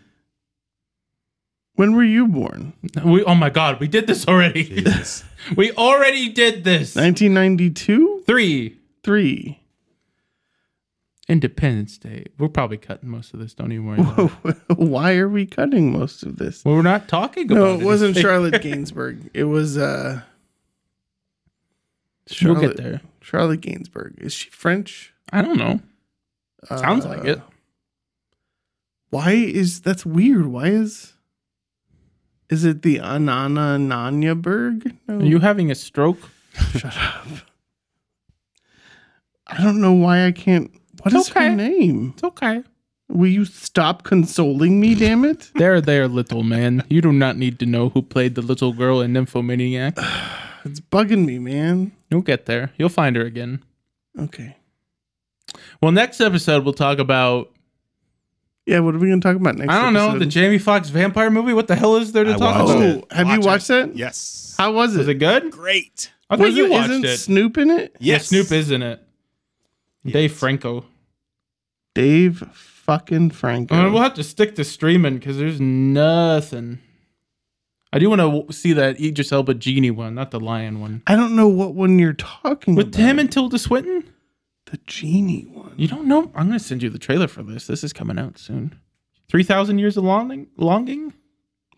A: When were you born?
B: We, oh my god, we did this already.
C: Jesus.
B: we already did this.
A: 1992?
B: Three.
A: Three.
B: Independence Day. We're probably cutting most of this. Don't even worry. about it.
A: Whoa, Why are we cutting most of this?
B: Well, we're not talking about
A: No, it wasn't
B: anything.
A: Charlotte Gainsbourg. It was uh
B: We'll
A: Charlotte-
B: get there.
A: Charlotte Gainsbourg. Is she French?
B: I don't know. Sounds like
A: Uh,
B: it.
A: Why is that's weird? Why is is it the Anana Nanyaberg? No,
B: Are you having a stroke?
A: shut up. I don't know why I can't. What is
B: Okay.
A: her name?
B: It's okay.
A: Will you stop consoling me? Damn it!
B: There, there, little man. You do not need to know who played the little girl in Nymphomaniac.
A: It's bugging me, man.
B: You'll get there. You'll find her again.
A: Okay.
B: Well, next episode we'll talk about
A: Yeah, what are we gonna talk about next?
B: I don't know
A: episode?
B: the Jamie Foxx vampire movie. What the hell is there to
C: I
B: talk
C: watched
B: about?
C: it.
A: Oh, have you watched that?
C: Yes.
A: How was it?
B: Was it good?
C: Great.
B: I thought you
A: Wasn't-
B: watched
A: isn't
B: it.
A: Snoop in it?
B: Yeah,
C: Yes.
B: Snoop is in it. Dave Franco.
A: Dave fucking Franco.
B: I mean, we'll have to stick to streaming because there's nothing. I do want to see that Idris Elba genie one, not the lion one.
A: I don't know what one you're talking
B: With
A: about.
B: him and Tilda Swinton?
A: the genie one.
B: You don't know. I'm going to send you the trailer for this. This is coming out soon. 3,000 Years of Longing? longing?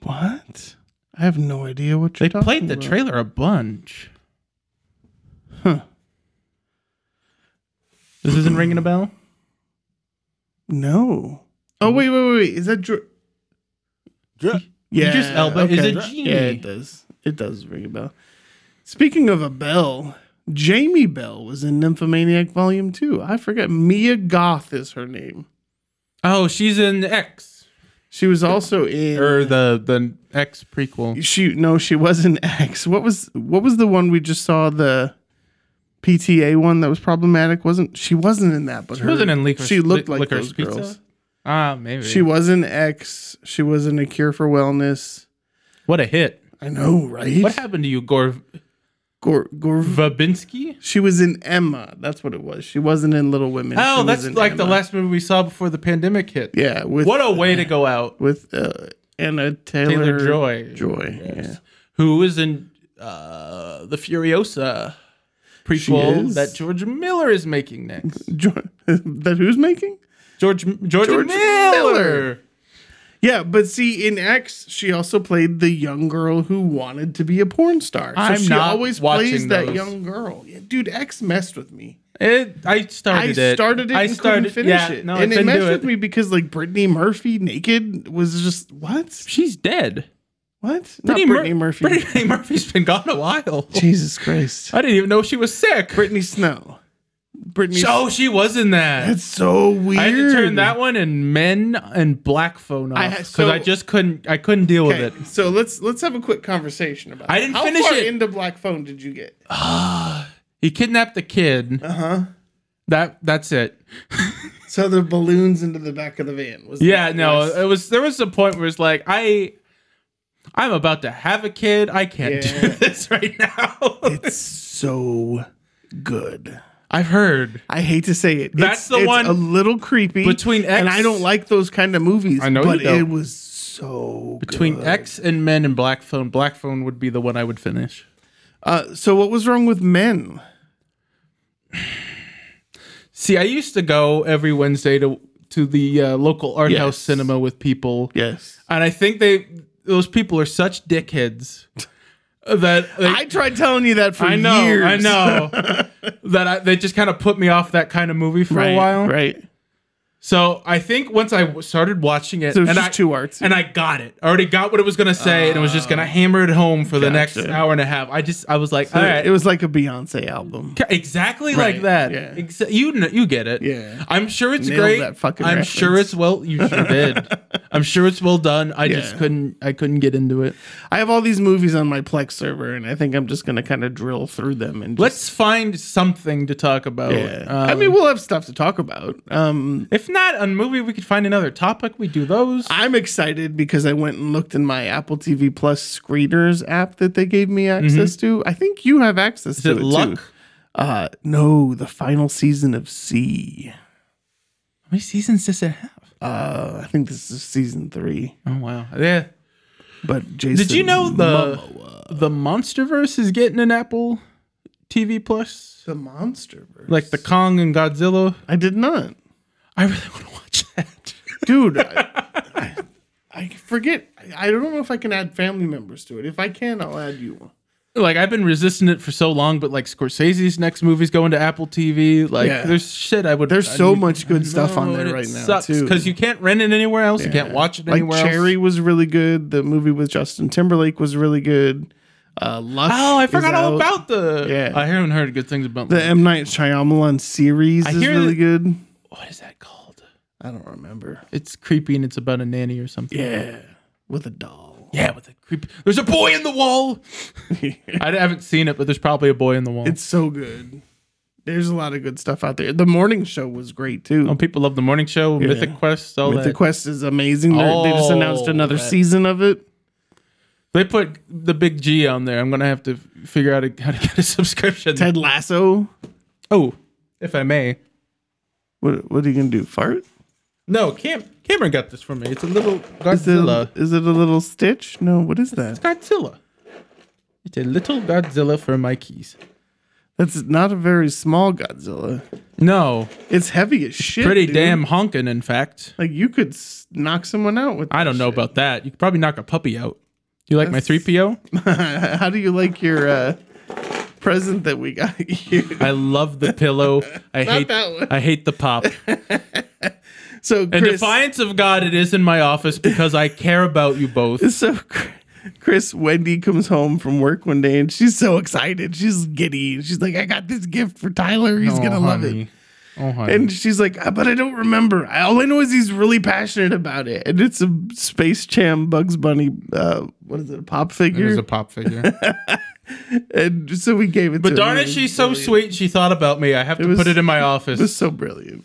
A: What? I have no idea what
B: They
A: you're talking
B: played the
A: about.
B: trailer a bunch.
A: Huh.
B: This isn't ringing a bell?
A: No. Oh wait, wait, wait, wait. Is that Dr-
C: Dr-
A: yeah?
B: Idris Elba is a genie.
A: Yeah, it does. It does ring a bell. Speaking of a bell, Jamie Bell was in Nymphomaniac Volume Two. I forget. Mia Goth is her name.
B: Oh, she's in X.
A: She was also in
B: Or the, the X prequel.
A: she no she was in X. What was what was the one we just saw the PTA one that was problematic? Wasn't she wasn't in that? But
B: She wasn't in Licorice
A: She looked like
B: Licorice
A: those
B: Pizza?
A: girls.
B: Ah, maybe.
A: She was in X. She was in A Cure for Wellness.
B: what a hit.
A: I know, right?
B: What happened to you, Gore
A: Gor- Gorv-
B: Verbinski?
A: she was in Emma. That's what it was. She wasn't in Little Women. She
B: Oh,
A: was
B: that's
A: in
B: like the
A: Emma.
B: last movie we saw before the pandemic hit.
A: Yeah, with
B: What a way to go out.
A: with uh, Anna Taylor,
B: Taylor Joy,
A: Joy. Yeah.
B: who is in uh, the Furiosa prequel
A: is.
B: that George Miller is making next.
A: Jo- that who's making?
B: George George,
A: George
B: Miller.
A: Miller. Yeah, but see, in X, she also played the young girl who wanted to be a porn star. So
B: I'm
A: she
B: not
A: always
B: watching
A: plays that
B: those.
A: young girl. Yeah, dude, X messed with me.
B: It, I started
A: I
B: it.
A: started it. I
B: I
A: and started couldn't finish
B: yeah,
A: it.
B: No,
A: and
B: I
A: it
B: couldn't
A: messed
B: do
A: with
B: it.
A: me because like Brittany Murphy naked was just what?
B: She's dead.
A: What? Not Brittany,
B: Mur-
A: Murphy.
B: Brittany Murphy's been gone a while.
A: Jesus Christ.
B: I didn't even know she was sick.
A: Brittany Snow. Britney.
B: Oh, she was in that.
A: That's so weird.
B: I had to turn that one and men and black phone
A: I
B: off
A: ha-
B: because
A: so-
B: I just couldn't. I couldn't deal
A: Okay,
B: with it.
A: so let's let's have a quick conversation about.
B: I
A: it.
B: didn't
A: How
B: finish
A: far
B: it.
A: Into Black Phone, did you get?
B: He kidnapped the kid.
A: Uh huh.
B: That that's it.
A: So the balloons into the back of the van was.
B: Yeah,
A: that-
B: no,
A: yes.
B: it was. There was a point where it's like I, I'm about to have a kid. I can't do
A: Yeah.
B: this right now.
A: it's so good.
B: I've heard.
A: I hate to say it. It's-
B: That's the
A: it's
B: one
A: a little creepy
B: between X-
A: and I don't like those kind of movies.
B: I know you
A: but
B: don't.
A: it was so
B: Between
A: good.
B: X and Men and Black Phone, Black Phone would be the one I would finish.
A: Uh, so what was wrong with men?
B: See, I used to go every Wednesday to to the uh, local art house
A: Yes.
B: cinema with people,
A: Yes,
B: and I think they those people are such dickheads that they,
A: I tried telling you that for
B: I know,
A: years.
B: I know that I, they just kind of put me off that kind of movie for
A: right,
B: a while.
A: right?
B: So I think once I w- started watching it,
A: So it's
B: and
A: just
B: I,
A: too artsy.
B: and I got it. I already got what it was gonna say, and it was just gonna hammer it home for the next
A: Ah, Gotcha.
B: hour and a half. I just I was like, all right,
A: It was like a Beyonce album.
B: Ca- Exactly like
A: Right,
B: that.
A: yeah.
B: Exa- you kn- you get it.
A: Yeah.
B: I'm sure it's
A: Nailed
B: great.
A: that fucking
B: I'm
A: reference.
B: sure it's well. You sure did. I'm sure it's well done. I just
A: Yeah.
B: couldn't. I couldn't get into it.
A: I have all these movies on my Plex server, and I think I'm just gonna kind of drill through them and just,
B: Let's find something to talk about.
A: Yeah.
B: Um,
A: I mean, we'll have stuff to talk about. Um,
B: if not on movie, we could find another topic. We do those.
A: I'm excited because I went and looked in my Apple TV Plus screeners app that they gave me access to. I think you have access
B: Mm-hmm. Is
A: to it
B: it luck?
A: too. Uh, no, the final season of C.
B: How many seasons does it have?
A: Uh, I think this is season three.
B: Oh wow. Yeah.
A: But Jason,
B: Did you know the
A: Momoa-
B: the MonsterVerse is getting an Apple TV Plus?
A: the monster? verse?
B: Like the Kong and Godzilla.
A: I did not,
B: I really want to watch that.
A: dude. I, I, I forget. I I don't know if I can add family members to it. If I can, I'll add you.
B: like I've been resisting it for so long, but like Scorsese's next movie's going to Apple TV. Like
A: Yeah.
B: there's shit I would.
A: There's
B: I
A: so
B: need-
A: much good stuff on
B: Oh,
A: there
B: and it
A: right now
B: sucks,
A: too.
B: because you can't rent it anywhere else. You can't watch it
A: like
B: anywhere
A: Cherry
B: else.
A: was really good. The movie with Justin Timberlake was really good. Uh, Luck.
B: Oh, I
A: is
B: forgot all
A: out.
B: about the.
A: Yeah.
B: I haven't heard good things about
A: the M Night Shyamalan series.
B: I
A: is
B: hear
A: really
B: that-
A: good.
B: What is that called?
A: I don't remember.
B: It's creepy and it's about a nanny or something.
A: Yeah, with a doll.
B: Yeah, with a creep. There's a boy in the wall. I haven't seen it, but there's probably a boy in the wall.
A: It's so good. There's a lot of good stuff out there. The morning show was great too.
B: oh, people love the morning show,
A: Yeah.
B: Mythic Quest, all
A: Mythic
B: that.
A: Quest is amazing. They're- they just announced
B: Oh,
A: another
B: that-
A: season of it.
B: They put the big G on there. I'm gonna have to f- figure out a- how to get a subscription.
A: Ted Lasso.
B: Oh, if I may.
A: What what are you gonna do? Fart?
B: No, Cam Cameron got this for me. It's a little
A: Is it,
B: Godzilla.
A: is it a little stitch? No, what is that?
B: It's Godzilla. It's a little Godzilla for my keys.
A: That's not a very small Godzilla.
B: No,
A: It's heavy as shit.
B: pretty
A: dude.
B: damn honking. In fact,
A: Like you could s- knock someone out with.
B: I don't know about that. You could probably knock a puppy out. You like my three PO?
A: that. How do you like your uh, present that we got you?
B: I love the pillow. I hate.
A: that one.
B: I hate the pop.
A: So
B: In
A: Chris,
B: defiance of God, it is in my office because I care about you both.
A: so Chr- Chris Wendy comes home from work one day and she's so excited. She's giddy. She's like, "I got this gift for Tyler. He's gonna love it."
B: Oh honey.
A: And she's like, "Ah, but I don't remember. I- All I know is he's really passionate about it. And it's a Space Jam Bugs Bunny, uh, what is it, a pop
B: it
A: figure?
B: was a pop figure.
A: and so we gave it
B: But
A: to
B: darn
A: her.
B: it, she's so sweet. She thought about me. I have to
A: was-
B: put it in my
A: It was
B: office.
A: so brilliant.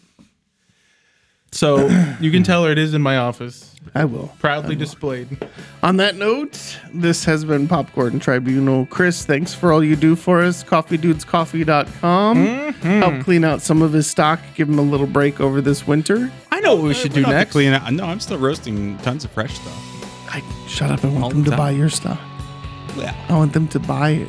B: So you can tell her it is in my office,
A: I will.
B: proudly displayed.
A: On that note, this has been Popcorn Tribunal. Chris, thanks for all you do for us. CoffeeDudesCoffee.com.
B: Mm-hmm.
A: Help clean out some of his stock, give him a little break over this winter.
B: I know what we should do
C: Not to
B: next.
C: Clean out. No, I'm still roasting tons of fresh stuff.
A: I shut up. I want
B: All
A: them to
B: the
A: buy your stock.
C: Yeah.
A: I want them to buy it.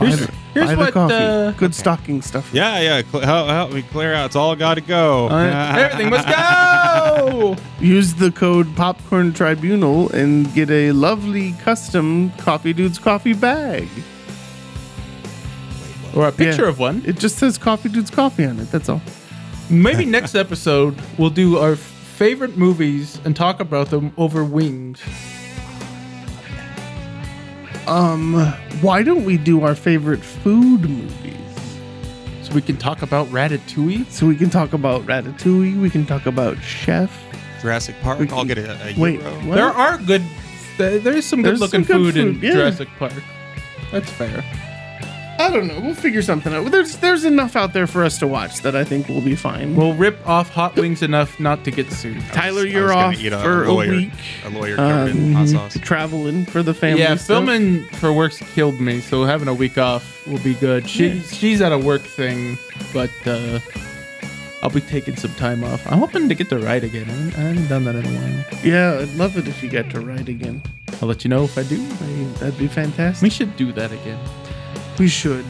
A: Buy
B: Here's-
A: the,
B: here's
A: buy the
B: what,
A: coffee.
B: uh,
A: Good stocking stuff.
C: Yeah, yeah. Cl- help, help me clear out. It's all got to go. Uh,
B: All right, Everything must go.
A: Use the code Popcorn Tribunal and get a lovely custom Coffee Dudes coffee bag.
B: Or a picture
A: Yeah.
B: of one.
A: It just says Coffee Dudes coffee on it. That's all.
B: Maybe next episode we'll do our favorite movies and talk about them over wings.
A: Um, why don't we do our favorite food movies?
B: So So we can talk about Ratatouille.
A: So we can talk about Ratatouille. We can talk about Chef.
C: Jurassic Park.
A: We
C: I'll
A: can-
C: get a, a
A: Wait,
C: euro.
A: what?
B: There are good. th- There's some
A: There's
B: good looking
A: some good
B: food, in
A: food, yeah.
B: Jurassic Park. That's fair.
A: I don't know. We'll figure something out. There's there's enough out there for us to watch that I think we'll be fine.
B: We'll rip off hot wings enough not to get sued.
A: Tyler,
C: I was
A: you're
C: gonna
A: off
C: eat a
A: for a,
C: lawyer-
A: week. Um,
C: A lawyer covered in hot sauce.
A: Traveling for the family.
B: Yeah,
A: stuff.
B: filming for work's killed me, so having a week off will be good. She she's at a work thing, but uh, I'll be taking some time off. I'm hoping to get to ride again. I haven't, I haven't done that in a while.
A: Yeah, I'd love it if you got to ride again.
B: I'll let you know if I do.
A: I mean, that'd be fantastic.
B: We should do that again.
A: We should.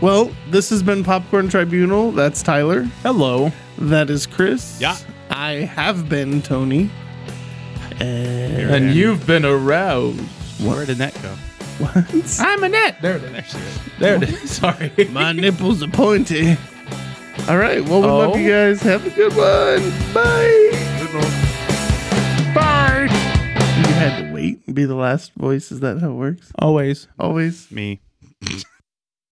A: Well, this has been Popcorn Tribunal. That's Tyler.
B: Hello.
A: That is Chris.
C: Yeah.
A: I have been Tony. And
B: And you've been aroused.
C: Where did that go?
A: once.
B: I'm Annette. There it is.
C: Actually,
B: There it is. Sorry.
A: My nipples are pointy. All right. Well, we love
B: Oh.
A: you guys. Have a good one. Bye.
C: good one.
A: Bye. You had to wait and be the last voice. Is that how it works?
B: Always.
A: Always.
C: Me.